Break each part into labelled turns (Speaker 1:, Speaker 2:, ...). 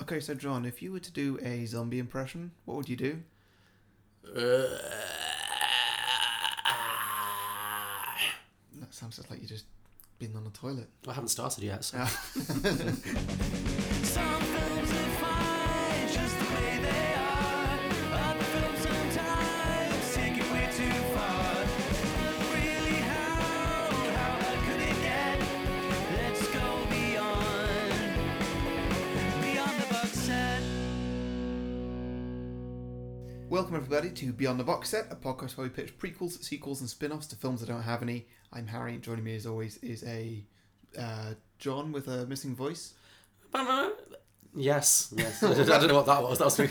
Speaker 1: Okay, so John, if you were to do a zombie impression, what would you do? That sounds just like you just been on the toilet.
Speaker 2: I haven't started yet, so.
Speaker 3: Some films are fine just the way they are. Other films sometimes take it way too far. Really, how, how bad could it get? Let's go beyond, beyond the box set.
Speaker 1: Welcome everybody to Beyond the Box Set, a podcast where we pitch prequels, sequels, and spin-offs to films that don't have any. I'm Harry. and Joining me as always is a uh, John with a missing voice.
Speaker 2: Yes, yes. I don't know what that was. That was me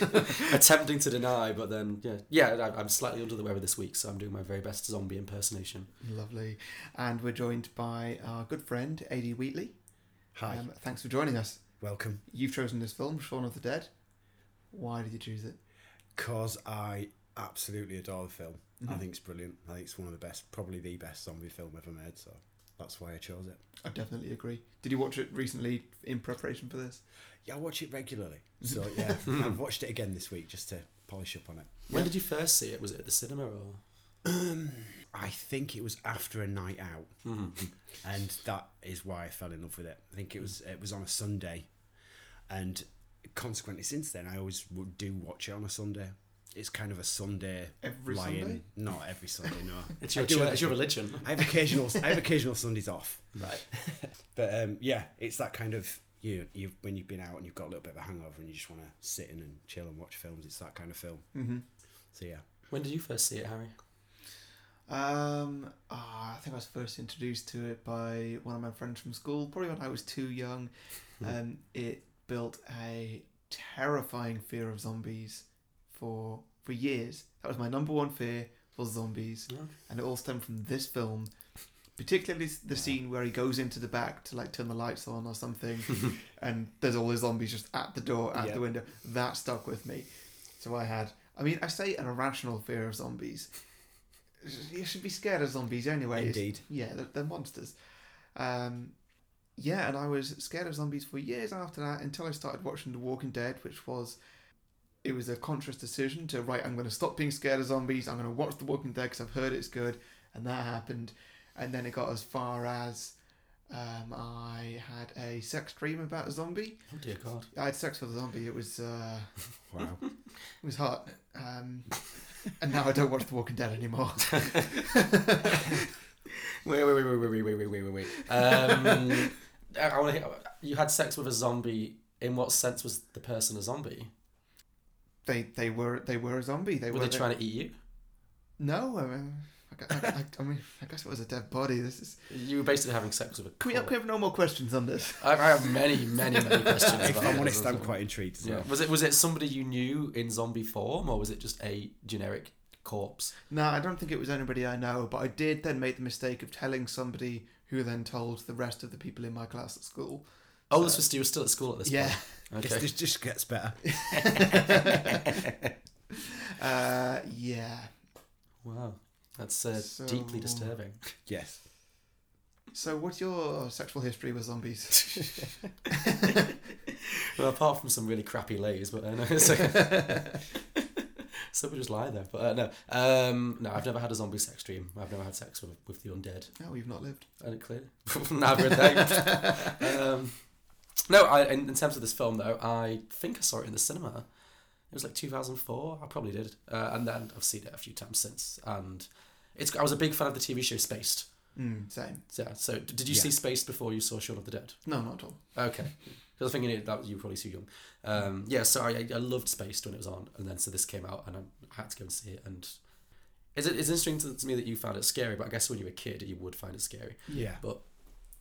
Speaker 2: attempting to deny, but then, yeah. Yeah, I- I'm slightly under the weather this week, so I'm doing my very best zombie impersonation.
Speaker 1: Lovely, and we're joined by our good friend Ad Wheatley.
Speaker 4: Hi.
Speaker 1: Um, thanks for joining us.
Speaker 4: Welcome.
Speaker 1: You've chosen this film, Shaun of the Dead. Why did you choose it?
Speaker 4: Because I absolutely adore the film.
Speaker 1: Mm-hmm.
Speaker 4: I think it's brilliant. I think it's one of the best, probably the best zombie film ever made. So that's why I chose it.
Speaker 1: I definitely agree. Did you watch it recently in preparation for this?
Speaker 4: Yeah, I watch it regularly.
Speaker 1: Mm-hmm.
Speaker 4: So yeah, I've watched it again this week just to polish up on it.
Speaker 2: When did you first see it? Was it at the cinema or?
Speaker 4: I think it was after a night out,
Speaker 2: Mm-hmm.
Speaker 4: and that is why I fell in love with it. I think it was it was on a Sunday, and consequently, since then I always would do watch it on a Sunday. It's kind of a Sunday
Speaker 1: Every
Speaker 4: lie-in.
Speaker 1: Sunday?
Speaker 4: Not every Sunday, no.
Speaker 2: It's your,
Speaker 4: I do
Speaker 2: church,
Speaker 4: it-
Speaker 2: it's your religion.
Speaker 4: I have occasional I have occasional Sundays off.
Speaker 2: Right.
Speaker 4: But um, yeah, it's that kind of you you when you've been out and you've got a little bit of a hangover and you just want to sit in and chill and watch films. It's that kind of film. Mm-hmm. So yeah,
Speaker 2: When did you first see it, Harry?
Speaker 1: Um, ah, I think I was first introduced to it by one of my friends from school, probably when I was too young. Um, it built a terrifying fear of zombies for for years. That was my number one fear was zombies, and it all stemmed from this film, particularly s- the scene where he goes into the back to like turn the lights on or something, and there's all the zombies just at the door, at
Speaker 4: Yeah.
Speaker 1: the window. That stuck with me. So I had, I mean, I say an irrational fear of zombies. You should be scared of zombies anyway. It's-
Speaker 4: Indeed.
Speaker 1: yeah, they're, they're monsters. Um, yeah, and I was scared of zombies for years after that until I started watching The Walking Dead, which was. It was a conscious decision to, right, I'm going to stop being scared of zombies. I'm going to watch The Walking Dead because I've heard it's good. And that happened. And then it got as far as um, I had a sex dream about a zombie.
Speaker 2: Oh dear God.
Speaker 1: I had sex with a zombie. It was. Uh,
Speaker 4: wow.
Speaker 1: it was hot. Um, and now I don't watch The Walking Dead anymore.
Speaker 2: Wait, wait, wait, wait, wait, wait, wait, wait, wait, wait. Um, I, I want to. You had sex with a zombie. In what sense was the person a zombie?
Speaker 1: they they were they were a zombie. They
Speaker 2: Were
Speaker 1: were,
Speaker 2: they
Speaker 1: the-
Speaker 2: trying to eat you?
Speaker 1: No, I mean, I, gu- I, I- I mean, I guess it was a dead body. This is.
Speaker 2: You were basically having sex with a.
Speaker 1: Can we, can we
Speaker 2: corpse.
Speaker 1: have no more questions on this?
Speaker 2: I, I have many, many, many questions.
Speaker 4: if
Speaker 2: about
Speaker 4: I'm
Speaker 2: this
Speaker 4: honest,
Speaker 2: as
Speaker 4: I'm
Speaker 2: well.
Speaker 4: quite intrigued as
Speaker 2: Yeah.
Speaker 4: well.
Speaker 2: Was it was it somebody you knew in zombie form, or was it just a generic corpse?
Speaker 1: No, I don't think it was anybody I know, but I did then make the mistake of telling somebody who then told the rest of the people in my class at school.
Speaker 2: Oh, this was you were still at school at this
Speaker 1: Yeah.
Speaker 2: point.
Speaker 4: Guess
Speaker 2: Okay.
Speaker 4: this just gets better.
Speaker 1: Uh, yeah.
Speaker 2: Wow, that's uh,
Speaker 1: So-
Speaker 2: deeply disturbing.
Speaker 4: yes.
Speaker 1: So, what's your sexual history with zombies?
Speaker 2: Well, apart from some really crappy lays, but uh, no, it's okay. Some would just lie there, but uh, no, um, no. I've never had a zombie sex dream. I've never had sex with, with the undead.
Speaker 1: no, you've Oh, not lived.
Speaker 2: And it clearly, never a thing. um, no, I, in, in terms of this film though, I think I saw it in the cinema. It was like 2004. I probably did, uh, and then I've seen it a few times since. And it's I was a big fan of the TV show Spaced.
Speaker 1: Mm, same.
Speaker 2: So, so d- did you
Speaker 4: Yeah.
Speaker 2: see Spaced before you saw Shaun of the Dead?
Speaker 1: No, not at all.
Speaker 2: Okay. Because I was thinking it- that you were probably too young. Um, yeah, so I, I loved Spaced when it was on, and then so this came out, and I had to go and see it. And it's, it's interesting to, to me that you found it scary, but I guess when you were a kid, you would find it scary.
Speaker 4: Yeah.
Speaker 2: But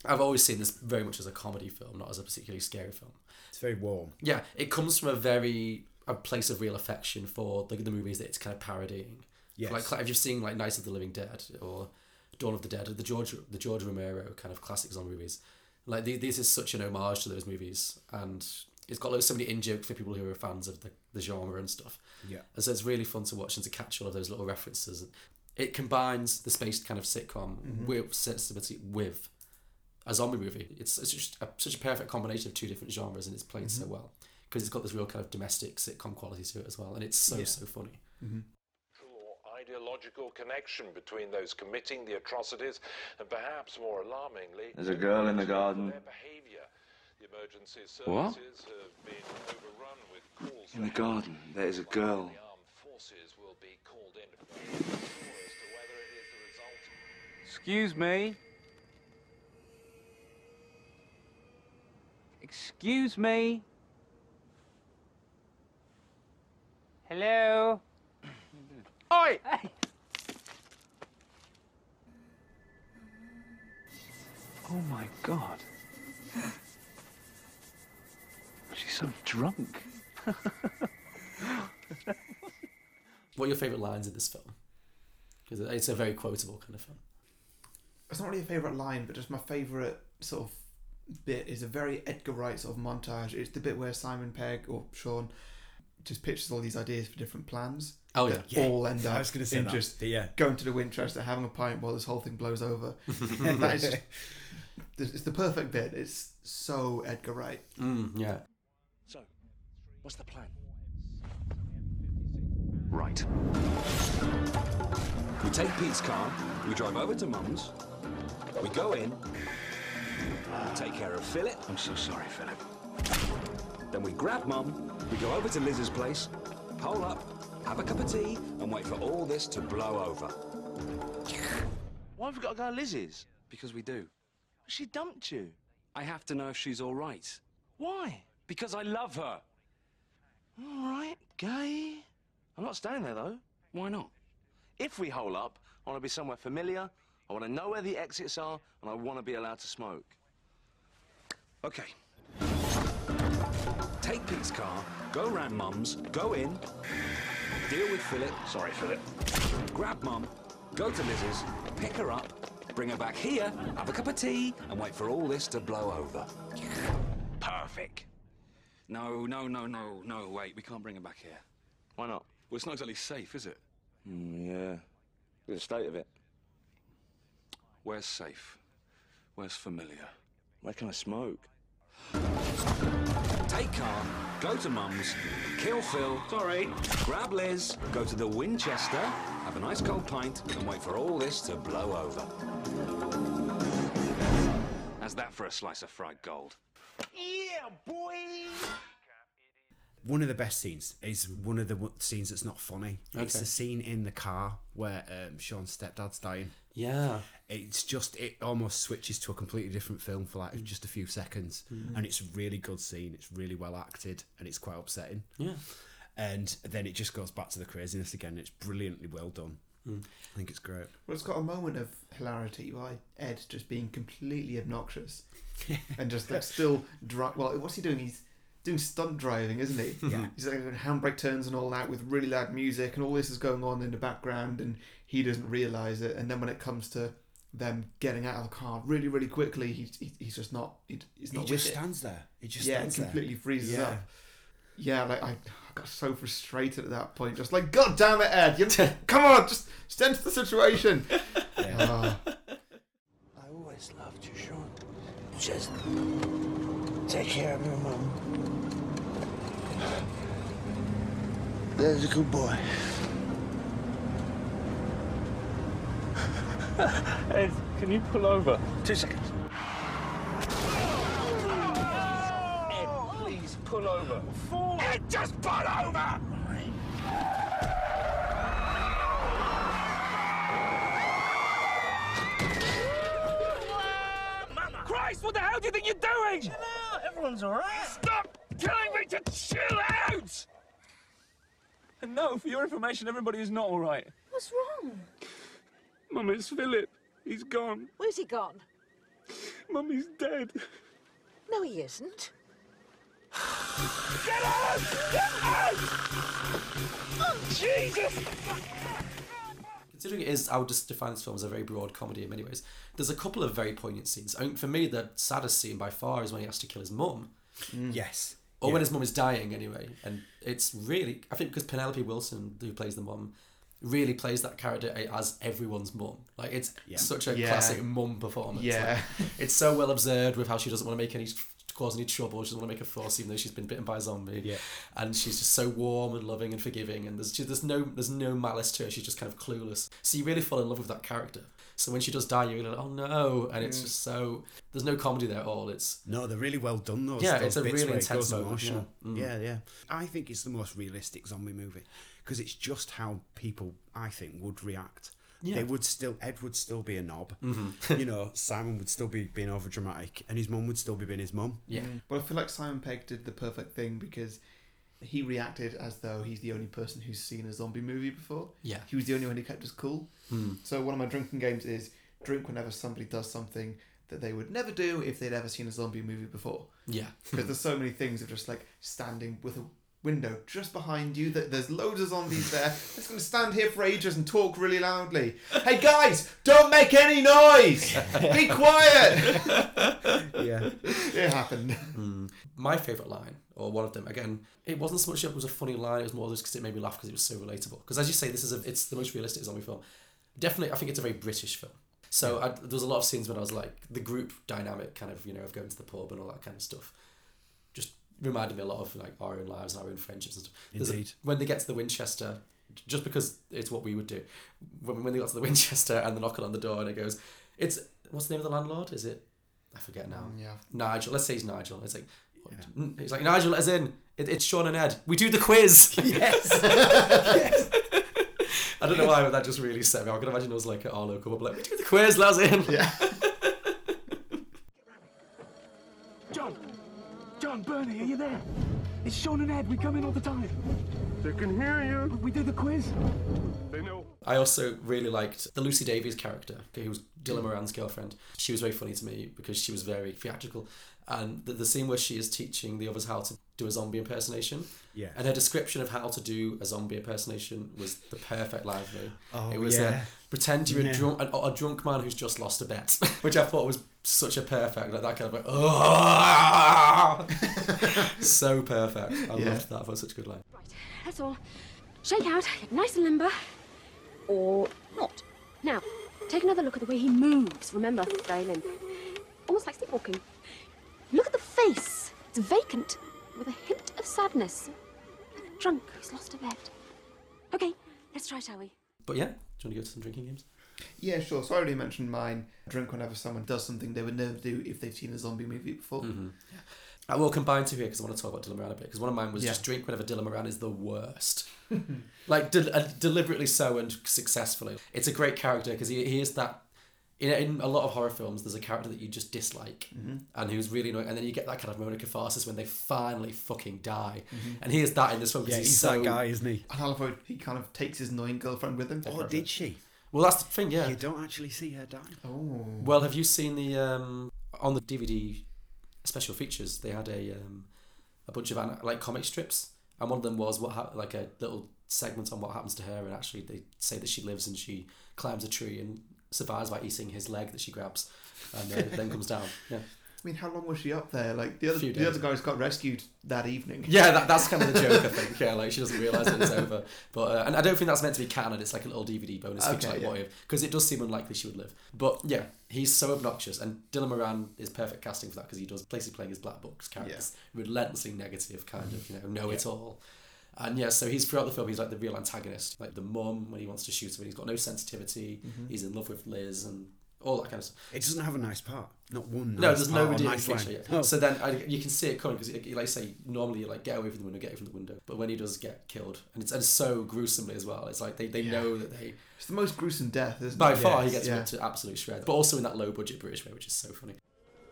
Speaker 2: I've always seen this very much as a comedy film, not as a particularly scary film.
Speaker 4: It's very warm.
Speaker 2: Yeah, it comes from a very a place of real affection for the, the movies that it's kind of parodying.
Speaker 4: Yes.
Speaker 2: Like, like if you've seen like Nights of the Living Dead or Dawn of the Dead, or the George the George Romero kind of classic zombie movies. Like the, this is such an homage to those movies, and it's got like so many in jokes for people who are fans of the, the genre and stuff.
Speaker 4: Yeah.
Speaker 2: And so it's really fun to watch and to catch all of those little references. It combines the spaced kind of sitcom with sensitivity with Mm-hmm. a zombie movie. It's, it's just a, such a perfect combination of two different genres, and it's played so well. because it's got this real kind of domestic sitcom quality to it as well, and it's so
Speaker 1: Yeah.
Speaker 2: so funny.
Speaker 5: or ideological connection between those committing the atrocities and perhaps more alarmingly
Speaker 6: There's a girl in the garden.
Speaker 5: their behavior the emergency
Speaker 6: What?
Speaker 5: services have been overrun with calls
Speaker 6: In the
Speaker 5: for
Speaker 6: garden, there is a
Speaker 5: help. One
Speaker 6: girl.
Speaker 5: of the armed forces will be called in to explore as to whether it is the result
Speaker 7: Excuse me. Excuse me. Hello. Oi! Oh my god. She's so drunk.
Speaker 2: What are your favorite lines in this film? Because it's a very quotable kind of film.
Speaker 1: it's not really a favorite line, but just my favorite sort of bit is a very Edgar Wright sort of montage. It's the bit where Simon Pegg or Sean just pitches all these ideas for different plans.
Speaker 2: Oh,
Speaker 1: that
Speaker 4: yeah. Yeah,
Speaker 1: all end up
Speaker 4: I was gonna say
Speaker 1: in
Speaker 4: that.
Speaker 1: just
Speaker 4: Yeah.
Speaker 1: going to the Winchester, having a pint while this whole thing blows over. And that is just, it's the perfect bit. It's so Edgar Wright.
Speaker 2: Mm, yeah.
Speaker 8: So, what's the plan?
Speaker 9: Right. We take Pete's car, we drive over to Mum's, we go in, take care of Philip. I'm so sorry, Philip. Then we grab Mum, we go over to Liz's place, pole up, have a cup of tea, and wait for all this to blow over.
Speaker 8: Why have we got to go to Lizzie's?
Speaker 9: Because we do.
Speaker 8: She dumped you.
Speaker 9: I have to know if she's all right.
Speaker 8: Why?
Speaker 9: Because I love her.
Speaker 8: All right, gay. I'm not staying there, though.
Speaker 9: Why not?
Speaker 8: If we hole up, I want to be somewhere familiar, I want to know where the exits are, and I want to be allowed to smoke.
Speaker 9: Okay. Take Pete's car, go round Mum's, go in, deal with Philip. Sorry, Philip. Grab Mum, go to Liz's, pick her up, bring her back here, have a cup of tea, and wait for all this to blow over. Perfect. No, no, no, no, no, wait, we can't bring her back here.
Speaker 8: Why not?
Speaker 9: Well, it's not exactly safe, is it? yeah. The state of it. Where's safe? Where's familiar? Where can I smoke? Take car, go to Mum's, kill Phil. Sorry. Grab Liz, go to the Winchester, have a nice cold pint, and wait for all this to blow over. How's that for a slice of fried gold?
Speaker 4: one of the best scenes is one of the w- scenes that's not funny. It's
Speaker 2: Okay.
Speaker 4: the scene in the car where um, Sean's stepdad's dying.
Speaker 2: Yeah.
Speaker 4: It's just it almost switches to a completely different film for like just a few seconds, and it's a really good scene. It's really well acted, and it's quite upsetting.
Speaker 2: Yeah.
Speaker 4: And then it just goes back to the craziness again. It's brilliantly well done. I think it's great.
Speaker 1: Well, it's got a moment of hilarity by Ed just being completely obnoxious and just like still dri Well, what's he doing? He's doing stunt driving, isn't he? Yeah. He's like doing handbrake turns and all that with really loud music, and all this is going on in the background, and he doesn't realize it. And then when it comes to them getting out of the car really, really quickly, he, he, he's just not. He, he's
Speaker 4: He
Speaker 1: not
Speaker 4: just
Speaker 1: with it.
Speaker 4: stands there. It just
Speaker 1: Yeah, it
Speaker 4: stands there.
Speaker 1: completely freezes
Speaker 4: Yeah.
Speaker 1: up. Yeah, like I, I got so frustrated at that point. Just like, God damn it, Ed! You, come on, just stand to the situation. Ah.
Speaker 8: I always loved you, Sean. Just take care of your mum. That's a good boy. Ed, can you pull over? Two seconds. Ed, please pull over. Ed, just pull over! Christ, what the hell do you think you're doing? Chill out, everyone's alright. Stop telling me to chill out! And no, for your information, everybody is not alright.
Speaker 10: What's wrong?
Speaker 8: Mum, it's Philip. He's gone.
Speaker 10: Where's he gone?
Speaker 8: Mum, he's dead.
Speaker 10: No, he isn't.
Speaker 8: Get out! Get out! Jesus!
Speaker 2: Considering it is, I would just define this film as a very broad comedy in many ways. There's a couple of very poignant scenes. I mean, for me, the saddest scene by far is when he has to kill his mum,
Speaker 4: Yes.
Speaker 2: or when his mum is dying anyway. And it's really, I think, because Penelope Wilson, who plays the mum, really plays that character as everyone's mum. Like it's such a
Speaker 1: Yeah.
Speaker 2: classic mum performance. Like,
Speaker 1: Yeah.
Speaker 2: it's so well observed with how she doesn't want to make any cause any trouble. She doesn't want to make a fuss, even though she's been bitten by a zombie.
Speaker 4: Yeah.
Speaker 2: And she's just so warm and loving and forgiving, and there's just, there's no there's no malice to her. She's just kind of clueless. So you really fall in love with that character. So when she does die, you're like, oh no, and
Speaker 1: Mm.
Speaker 2: it's just so there's no comedy there at all. It's
Speaker 4: No, they're really well done. Those
Speaker 2: Yeah,
Speaker 4: those
Speaker 2: it's a
Speaker 4: bits
Speaker 2: really
Speaker 4: where it
Speaker 2: intense
Speaker 4: goes
Speaker 2: moment,
Speaker 4: emotional.
Speaker 2: yeah. Mm.
Speaker 4: Yeah, yeah. I think it's the most realistic zombie movie because it's just how people, I think, would react.
Speaker 2: Yeah. Mm-hmm.
Speaker 4: They would still, Ed would still be a knob. you know, Simon would still be being over dramatic, and his mum would still be being his mum.
Speaker 2: yeah,
Speaker 1: But I feel like Simon Pegg did the perfect thing because he reacted as though he's the only person who's seen a zombie movie before.
Speaker 2: Yeah. Hmm.
Speaker 1: He was the only one who kept us cool. So one of my drinking games is drink whenever somebody does something that they would never do if they'd ever seen a zombie movie before.
Speaker 2: yeah.
Speaker 1: Because there's so many things of just like standing with a window just behind you that there's loads of zombies there. It's going to stand here for ages and talk really loudly. Hey guys, don't make any noise. Be quiet.
Speaker 4: Yeah.
Speaker 1: it happened.
Speaker 2: my favorite line or one of them again it wasn't so much it was a funny line it was more just because it made me laugh because it was so relatable because as you say this is a, it's the most realistic zombie film definitely i think it's a very british film so I, there was a lot of scenes when i was like the group dynamic kind of you know of going to the pub and all that kind of stuff just reminded me a lot of like our own lives and our own friendships and stuff There's a-
Speaker 4: Indeed.
Speaker 2: when they get to the winchester j- just because it's what we would do when, when they got to the winchester and the knocking on the door and it goes it's what's the name of the landlord is it i forget now
Speaker 1: Yeah.
Speaker 2: Nigel. Let's say he's Nigel. It's like n- he's like Nigel, as in it, it's Sean and Ed. We do the quiz. Yes. I don't know why, but that just really set me. off. I can imagine it was like at our local pub, like we do the quiz, lads in.
Speaker 1: Yeah.
Speaker 8: John! John, Bernie, are you there? It's Sean and Ed. We come in all the time. They can hear you. We did the quiz. They know.
Speaker 2: I also really liked the Lucy Davies character, who was
Speaker 4: Mm.
Speaker 2: Dylan Moran's girlfriend. She was very funny to me because she was very theatrical, and the, the scene where she is teaching the others how to do a zombie impersonation.
Speaker 4: Yes.
Speaker 2: And her description of how to do a zombie impersonation was the perfect line for me.
Speaker 4: Oh,
Speaker 2: it was uh,
Speaker 4: yeah.
Speaker 2: pretend you're a
Speaker 4: Yeah.
Speaker 2: drunk, a, a drunk man who's just lost a bet, which I thought was such a perfect, like that kind of like, oh, so perfect. I
Speaker 1: Yeah.
Speaker 2: loved that. I thought it was such a good line.
Speaker 10: That's all. Shake out, get nice and limber. Or not. Now, take another look at the way he moves. Remember, very limp. Almost like sleepwalking. Look at the face. It's vacant, with a hint of sadness. Like a drunk who's lost a bet. Okay, let's try, shall we?
Speaker 2: But yeah, do you want to go to some drinking games?
Speaker 1: Yeah, sure. So I already mentioned mine. Drink whenever someone does something they would never do if they've seen a zombie movie before.
Speaker 2: Mm-hmm. I will combine two here because I want to talk about Dylan Moran a bit. Because one of mine was
Speaker 1: Yeah.
Speaker 2: just drink whenever Dylan Moran is the worst, like del- uh, deliberately so and successfully. It's a great character because he, he is that. In, in a lot of horror films, there's a character that you just dislike
Speaker 4: Mm-hmm.
Speaker 2: and who's really annoying, and then you get that kind of moment of catharsis when they finally fucking die. And he is that in this film
Speaker 4: Mm-hmm. Yeah,
Speaker 2: because
Speaker 4: he's,
Speaker 2: he's, so.
Speaker 4: that guy, isn't he?
Speaker 1: And I love how he kind of takes his annoying girlfriend with him.
Speaker 4: Or did she?
Speaker 2: Well, that's the thing, yeah.
Speaker 4: You don't actually see her die.
Speaker 1: Oh.
Speaker 2: Well, have you seen the um, on the DVD special features? They had a um, a bunch of an- like comic strips, and one of them was what hap- like a little segment on what happens to her, and actually they say that she lives and she climbs a tree and survives by eating his leg that she grabs, and uh, then comes down. Yeah,
Speaker 1: I mean, how long was she up there? Like, the other,
Speaker 2: Few
Speaker 1: the
Speaker 2: days.
Speaker 1: other guys got rescued that evening.
Speaker 2: yeah, that, that's kind of the joke, I think. Yeah, like she doesn't realize that it's over, but uh, and I don't think that's meant to be canon. It's like a little DVD bonus feature,
Speaker 1: Okay,
Speaker 2: like
Speaker 1: yeah.
Speaker 2: what if? Because it does seem unlikely she would live. But yeah, he's so obnoxious, and Dylan Moran is perfect casting for that because he does basically playing his black box character, this relentlessly negative kind of you know know it all. And yeah, so he's throughout the film, he's like the real antagonist, like the mum when he wants to shoot him, and he's got no sensitivity.
Speaker 1: Mm-hmm.
Speaker 2: He's in love with Liz and all that kind of stuff.
Speaker 4: It doesn't have a nice part. Not one.
Speaker 2: No,
Speaker 4: nice
Speaker 2: there's
Speaker 4: part
Speaker 2: no
Speaker 4: or
Speaker 2: redeeming
Speaker 4: nice
Speaker 2: feature
Speaker 4: line.
Speaker 2: yet.
Speaker 4: No.
Speaker 2: So then I, you can see it coming because, like I say, normally you like get away from the window, get away from the window. But when he does get killed, and it's and so gruesomely as well, it's like they, they know that they
Speaker 1: It's the most gruesome death, isn't
Speaker 2: by
Speaker 1: it?
Speaker 2: far he gets
Speaker 1: yeah.
Speaker 2: ripped to absolute shreds. But also in that low budget British way, which is so funny.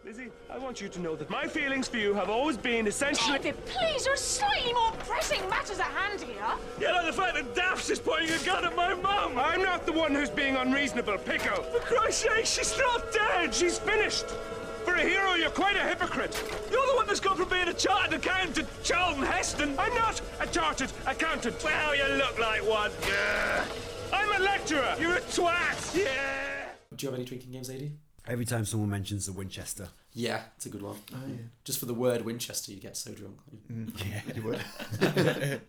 Speaker 8: Lizzie, I want you to know that my feelings for you have always been essentially.
Speaker 10: David, please, there are slightly more pressing matters at hand here.
Speaker 8: You know, the fact that Daph's is pointing a gun at my mum! I'm not the one who's being unreasonable, Pico! For Christ's sake, she's not dead! She's finished! For a hero, you're quite a hypocrite! You're the one that's gone from being a chartered accountant to Charlton Heston! I'm not a chartered accountant! Well, you look like one! Yeah. I'm a lecturer! You're a twat! Yeah!
Speaker 2: Do you have any drinking games, AD?
Speaker 4: Every time someone mentions the Winchester,
Speaker 2: Yeah, it's a good one.
Speaker 1: Oh,
Speaker 2: Just for the word Winchester, you get so drunk.
Speaker 1: Mm. You would.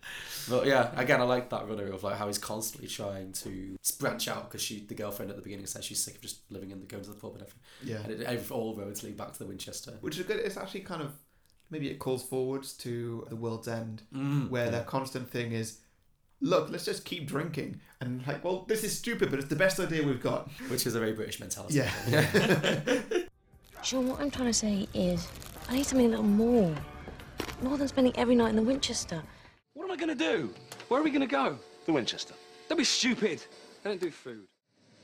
Speaker 2: But yeah, again, I like that runner of like how he's constantly trying to branch out because she, the girlfriend at the beginning, says she's sick of just living in the going to the pub and everything.
Speaker 1: Yeah.
Speaker 2: and it, every, all roads lead back to the Winchester.
Speaker 1: Which is good. It's actually kind of Maybe it calls forwards to the world's end,
Speaker 2: Mm.
Speaker 1: where their constant thing is, look, let's just keep drinking. And like, well, this is stupid, but it's the best idea we've got.
Speaker 2: Which is a very British mentality.
Speaker 1: Yeah.
Speaker 11: Sean, what I'm trying to say is, I need something a little more. More than spending every night in the Winchester.
Speaker 9: What am I going to do? Where are we going to go? The Winchester. Don't be stupid. They don't do food.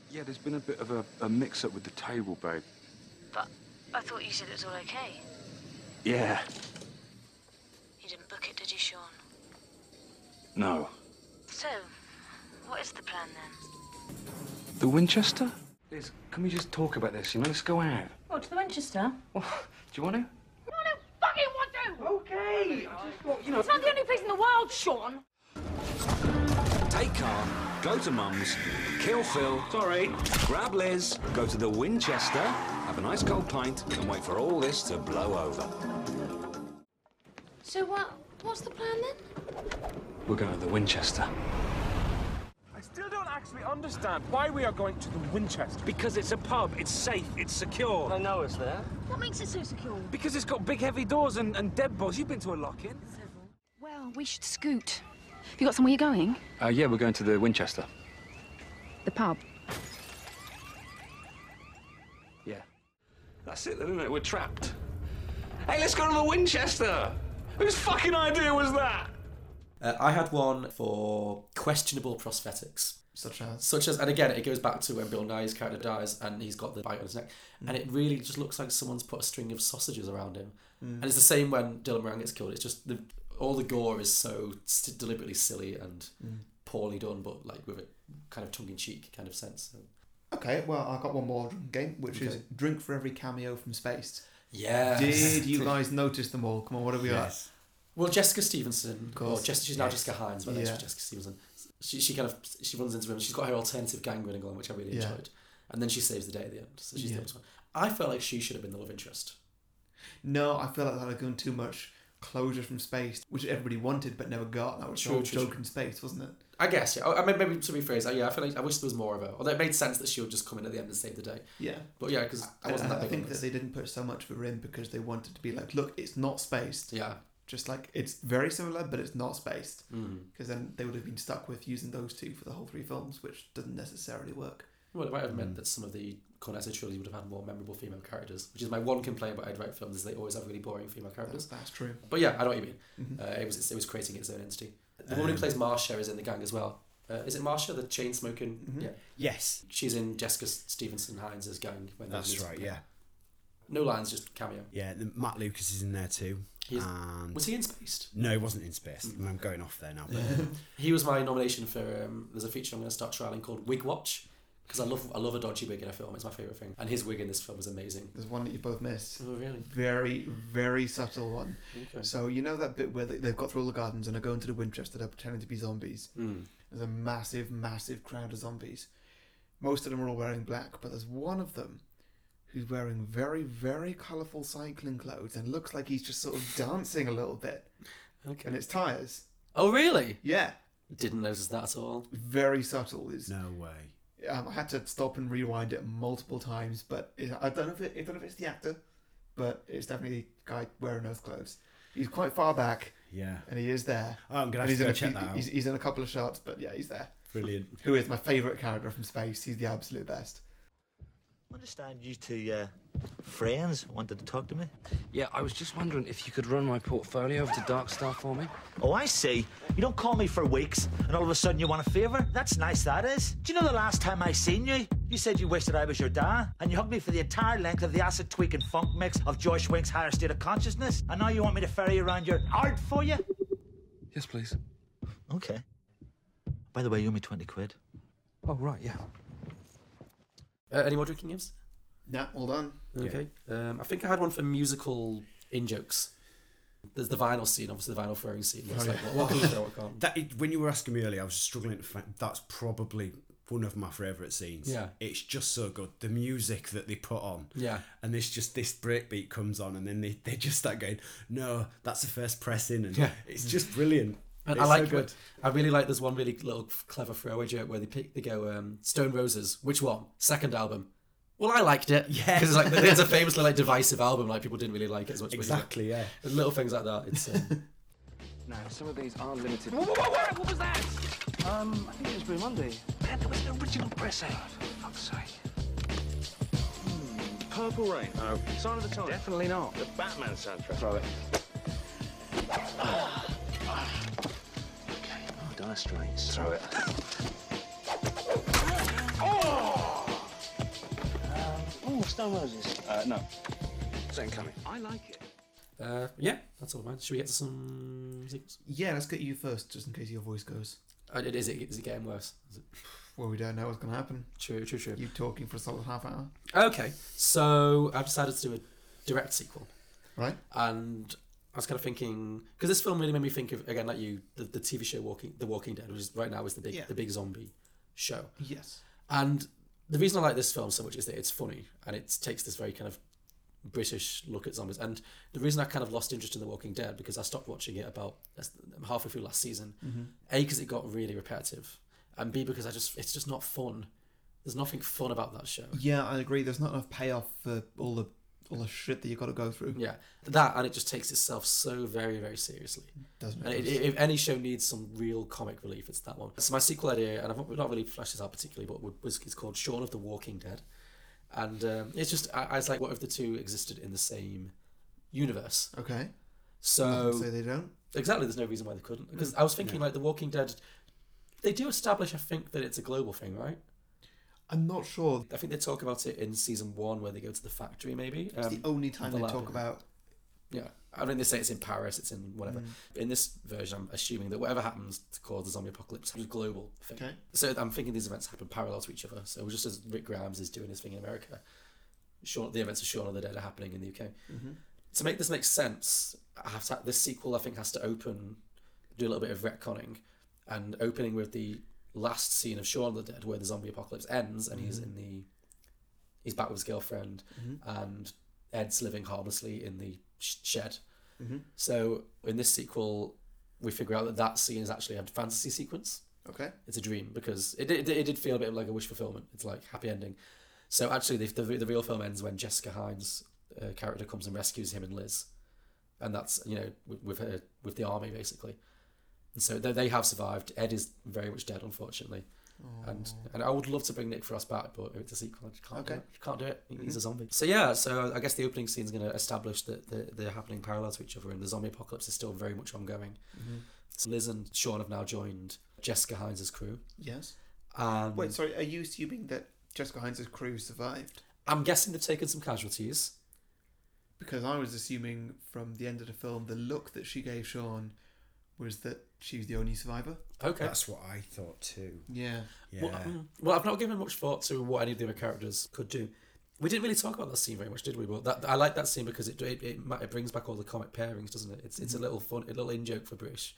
Speaker 7: Yeah, there's been a bit of a, a mix up with the table, babe.
Speaker 11: But I thought you said it was all okay.
Speaker 7: Yeah.
Speaker 11: You didn't book it, did you, Sean?
Speaker 7: No.
Speaker 11: So, what is the plan then?
Speaker 7: The Winchester? Liz, can we just talk about this? You know, let's go out.
Speaker 11: What, to the Winchester?
Speaker 7: Do you want to?
Speaker 11: Fucking want to! Okay! I just thought, you know... It's not the only place in the world, Sean!
Speaker 9: Take car, go to Mum's, kill Phil. Sorry. Grab Liz, go to the Winchester, have a nice cold pint, and wait for all this to blow over.
Speaker 11: So what? What's the plan then?
Speaker 9: We're going to the Winchester.
Speaker 8: I still don't actually understand why we are going to the Winchester.
Speaker 9: Because it's a pub, it's safe, it's secure. I know it's there.
Speaker 11: What makes it so secure?
Speaker 9: Because it's got big heavy doors and, and deadbolts. You've been to a lock in.
Speaker 11: Well, we should scoot. Have you got somewhere you're going?
Speaker 7: Uh, yeah, we're going to the Winchester.
Speaker 11: The pub.
Speaker 9: Yeah. That's it, then, isn't it? We're trapped. Hey, let's go to the Winchester! Whose fucking idea was that?
Speaker 2: Uh, I had one for questionable prosthetics.
Speaker 1: Such as.
Speaker 2: Such as, and again, it goes back to when Bill Nye's character dies and he's got the bite on his neck, and it really just looks like someone's put a string of sausages around him. And it's the same when Dylan Moran gets killed. It's just the all the gore is so s deliberately silly and poorly done, but like with a kind of tongue in cheek kind of sense. So,
Speaker 1: Okay, well, I got one more game, which is drink for every cameo from space.
Speaker 2: yeah.
Speaker 1: Did you guys notice them all? Come on, what have we
Speaker 4: Yes.
Speaker 2: Well, Jessica Stevenson,
Speaker 1: course.
Speaker 2: or Jessica, she's now Jessica Hines, but
Speaker 1: Yeah.
Speaker 2: that's Jessica Stevenson. She, she kind of she runs into him. She's got her alternative gang running on, which I really
Speaker 1: Yeah.
Speaker 2: enjoyed. And then she saves the day at the end. So she's
Speaker 1: Yeah.
Speaker 2: the next one. I felt like she should have been the love interest.
Speaker 1: got? No, I feel like that had gone too much closure from space, which everybody wanted but never got. That was the
Speaker 2: True,
Speaker 1: whole
Speaker 2: true,
Speaker 1: joke
Speaker 2: true.
Speaker 1: in space, wasn't it?
Speaker 2: I guess, yeah. Oh, I mean, maybe to rephrase, that, yeah, I feel like I wish there was more of her. Although it made sense that she would just come in at the end and save the day.
Speaker 1: Yeah.
Speaker 2: But yeah, because I
Speaker 1: I,
Speaker 2: wasn't
Speaker 1: I,
Speaker 2: that
Speaker 1: I
Speaker 2: big
Speaker 1: think
Speaker 2: on
Speaker 1: that
Speaker 2: this.
Speaker 1: they didn't put so much of her in because they wanted to be like, look, it's not spaced.
Speaker 2: Yeah.
Speaker 1: Just like it's very similar, but it's not spaced. Because then they would have been stuck with using those two for the whole three films, which doesn't necessarily work.
Speaker 2: Well, it might have
Speaker 1: Mm.
Speaker 2: meant that some of the Cornetto trilogy would have had more memorable female characters, which is my one complaint about Edward Wright films is they always have really boring female characters.
Speaker 1: That's true.
Speaker 2: But yeah, I know what you mean.
Speaker 4: Mm-hmm.
Speaker 2: Uh, it was it was creating its own entity. The woman
Speaker 4: Um,
Speaker 2: who plays Marsha is in the gang as well. Uh, is it Marsha, the chain smoking?
Speaker 4: Mm-hmm.
Speaker 2: Yeah,
Speaker 4: Yes.
Speaker 2: she's in Jessica Stevenson Hines' gang. When they
Speaker 4: That's
Speaker 2: release-
Speaker 4: right, yeah.
Speaker 2: No lines, just cameo.
Speaker 4: Yeah, the, Matt Lucas is in there too.
Speaker 2: He's-
Speaker 4: and
Speaker 2: Was he in Spaced?
Speaker 4: No, he wasn't in space. I'm going off there now. But
Speaker 2: He was my nomination for. Um, there's a feature I'm going to start trialing called Wig Watch because I love I love a dodgy wig in a film. It's my favorite thing, and his wig in this film was amazing.
Speaker 1: There's one that you both missed.
Speaker 2: Oh really?
Speaker 1: Very, very subtle one. So you know that bit where they, they've got through all the gardens and are going to the Winchester, they're pretending to be zombies.
Speaker 2: Hmm.
Speaker 1: There's a massive, massive crowd of zombies. Most of them are all wearing black, but there's one of them who's wearing very, very colourful cycling clothes and looks like he's just sort of dancing a little bit.
Speaker 2: Okay.
Speaker 1: And it's tires.
Speaker 2: Oh really?
Speaker 1: Yeah,
Speaker 2: Didn't notice that at all.
Speaker 1: very subtle. It's,
Speaker 4: no way.
Speaker 1: um, I had to stop and rewind it multiple times, but it, I don't know if it, I don't know if it's the actor, but it's definitely the guy wearing those clothes. He's quite far back.
Speaker 4: Yeah.
Speaker 1: and he is there.
Speaker 4: Oh, I'm gonna
Speaker 1: And
Speaker 4: have
Speaker 1: he's
Speaker 4: to go
Speaker 1: in a
Speaker 4: check
Speaker 1: few-
Speaker 4: that out.
Speaker 1: He's, he's in a couple of shots, but yeah, he's there.
Speaker 4: Brilliant.
Speaker 1: Who is my favourite character from space? He's the absolute best.
Speaker 12: understand you two uh, friends wanted to talk to me.
Speaker 7: Yeah, I was just wondering if you could run my portfolio over to Dark Star for me.
Speaker 12: Oh, I see. You don't call me for weeks, and all of a sudden you want a favour. That's nice, that is. Do you know the last time I seen you? You said you wished that I was your dad, and you hugged me for the entire length of the acid tweak and funk mix of Josh Wink's higher state of consciousness, and now you want me to ferry around your art for you?
Speaker 7: Yes, please.
Speaker 12: Okay. By the way, you owe me 20 quid.
Speaker 7: Oh, right, yeah.
Speaker 2: Uh, any more drinking games?
Speaker 1: Nah, all done.
Speaker 2: Okay. Um, I think I had one for musical in jokes. There's the vinyl scene, obviously the vinyl throwing scene. It's like, what, what can you throw, what can't?
Speaker 4: That it, when you were asking me earlier, I was struggling to find. That's probably one of my favourite scenes.
Speaker 2: Yeah.
Speaker 4: It's just so good. The music that they put on.
Speaker 2: Yeah.
Speaker 4: And this just this breakbeat comes on, and then they, they just start going, no, that's the first press in, and
Speaker 2: Yeah.
Speaker 4: it's just brilliant.
Speaker 2: And
Speaker 4: it's
Speaker 2: I like
Speaker 4: so good.
Speaker 2: it. I really like there's one really little clever throwaway joke where they pick they go um, Stone Roses. Which one? Second album. Well, I liked it.
Speaker 4: Yeah.
Speaker 2: because it's like it's a famously like divisive album. Like people didn't really like it as much. as we did.
Speaker 4: Exactly, yeah.
Speaker 2: And little things like that. It's um,
Speaker 7: Now, some of these are limited.
Speaker 3: Whoa, whoa, whow, whoa, what was that? Um, I think it was Blue Monday. Man, that was an original press out. for fuck's sake.
Speaker 9: Purple Rain. No. Sign of the Times. Definitely not. The Batman soundtrack. Throw it. Oh, okay. Oh, Dire Straits. Throw it.
Speaker 3: Oh, Stone Roses.
Speaker 9: Uh, no. Second coming. I like it.
Speaker 2: uh, yeah, that's all mine. Should we get to some? sequels?
Speaker 1: Yeah, let's get you first, just in case your voice goes.
Speaker 2: Uh, it is. It is it getting worse. Is it?
Speaker 1: Well, we don't know what's going to happen.
Speaker 2: True, true, true.
Speaker 1: You talking for a solid half hour,
Speaker 2: Okay, so I've decided to do a direct sequel.
Speaker 1: right?
Speaker 2: and I was kind of thinking because this film really made me think of again like you the, the TV show Walking The Walking Dead, which is right now is the big
Speaker 1: Yeah.
Speaker 2: the big zombie show.
Speaker 1: Yes.
Speaker 2: And the reason I like this film so much is that it's funny and it takes this very kind of British look at zombies. And the reason I kind of lost interest in The Walking Dead because I stopped watching it about that's- halfway through last season.
Speaker 1: Mhm.
Speaker 2: A because it got really repetitive, and B because I just it's just not fun. There's nothing fun about that show.
Speaker 1: Yeah, I agree. There's not enough payoff for all the all the shit that you got to go through.
Speaker 2: Yeah, that and it just takes itself so very very seriously.
Speaker 1: Doesn't
Speaker 2: And
Speaker 1: it?
Speaker 2: it, it- if any show needs some real comic relief, it's that one. So my sequel idea, and I've not- not really fleshed this out particularly, but would- was it's called Shaun of the Walking Dead, and um, it's just I, I was like, what if the two existed in the same universe?
Speaker 1: Okay.
Speaker 2: So
Speaker 1: So they don't.
Speaker 2: exactly, there's no reason why they couldn't. Because I was thinking like the Walking Dead, they do establish, I think, that it's a global thing, right?
Speaker 1: I'm not sure.
Speaker 2: I think they talk about it in season one where they go to the factory, maybe.
Speaker 1: It's the only time
Speaker 2: Um, the
Speaker 1: they
Speaker 2: lab,
Speaker 1: talk
Speaker 2: yeah.
Speaker 1: about.
Speaker 2: Yeah, I mean, they say it's in Paris, it's in whatever. In this version, I'm assuming that whatever happens to cause the zombie apocalypse is a global thing.
Speaker 1: Okay.
Speaker 2: So I'm thinking these events happen parallel to each other. So just as Rick Grimes is doing his thing in America, Shaun, the events of Shaun of the Dead are happening in the UK. To make this make sense, I have to, this sequel I think has to open, do a little bit of retconning, and opening with the last scene of Shaun of the Dead where the zombie apocalypse ends and he's in the he's back with his girlfriend and Ed's living harmlessly in the sh- shed. So in this sequel, we figure out that that scene is actually a fantasy sequence.
Speaker 1: Okay.
Speaker 2: It's a dream because it did, it did feel a bit like a wish fulfillment. It's like happy ending. So actually, the, the, the real film ends when Jessica Hines' uh, character comes and rescues him and Liz, and that's you know with, with her with the army basically. And so they, they have survived. Ed is very much dead, unfortunately. And and I would love to bring Nick Frost back, but it's a sequel. I just can't do
Speaker 1: Okay.
Speaker 2: it. Can't do it. He's a zombie. So yeah, so I guess the opening scene's going to establish that they're, they're happening parallel to each other, and the zombie apocalypse is still very much ongoing. So Liz and Sean have now joined Jessica Hines' crew.
Speaker 1: Yes.
Speaker 2: And
Speaker 1: Wait, sorry. Are you assuming that Jessica Hines' crew survived?
Speaker 2: I'm guessing they've taken some casualties.
Speaker 1: Because I was assuming from the end of the film, the look that she gave Sean was that she was the only survivor.
Speaker 2: Okay.
Speaker 4: That's what I thought too.
Speaker 1: Yeah.
Speaker 4: Yeah.
Speaker 2: Well, mm, well, I've not given much thought to what any of the other characters could do. We didn't really talk about that scene very much, did we? But that, I like that scene because it it, it ma- it brings back all the comic pairings, doesn't it? It's it's
Speaker 1: Mm.
Speaker 2: a little fun, a little in joke for British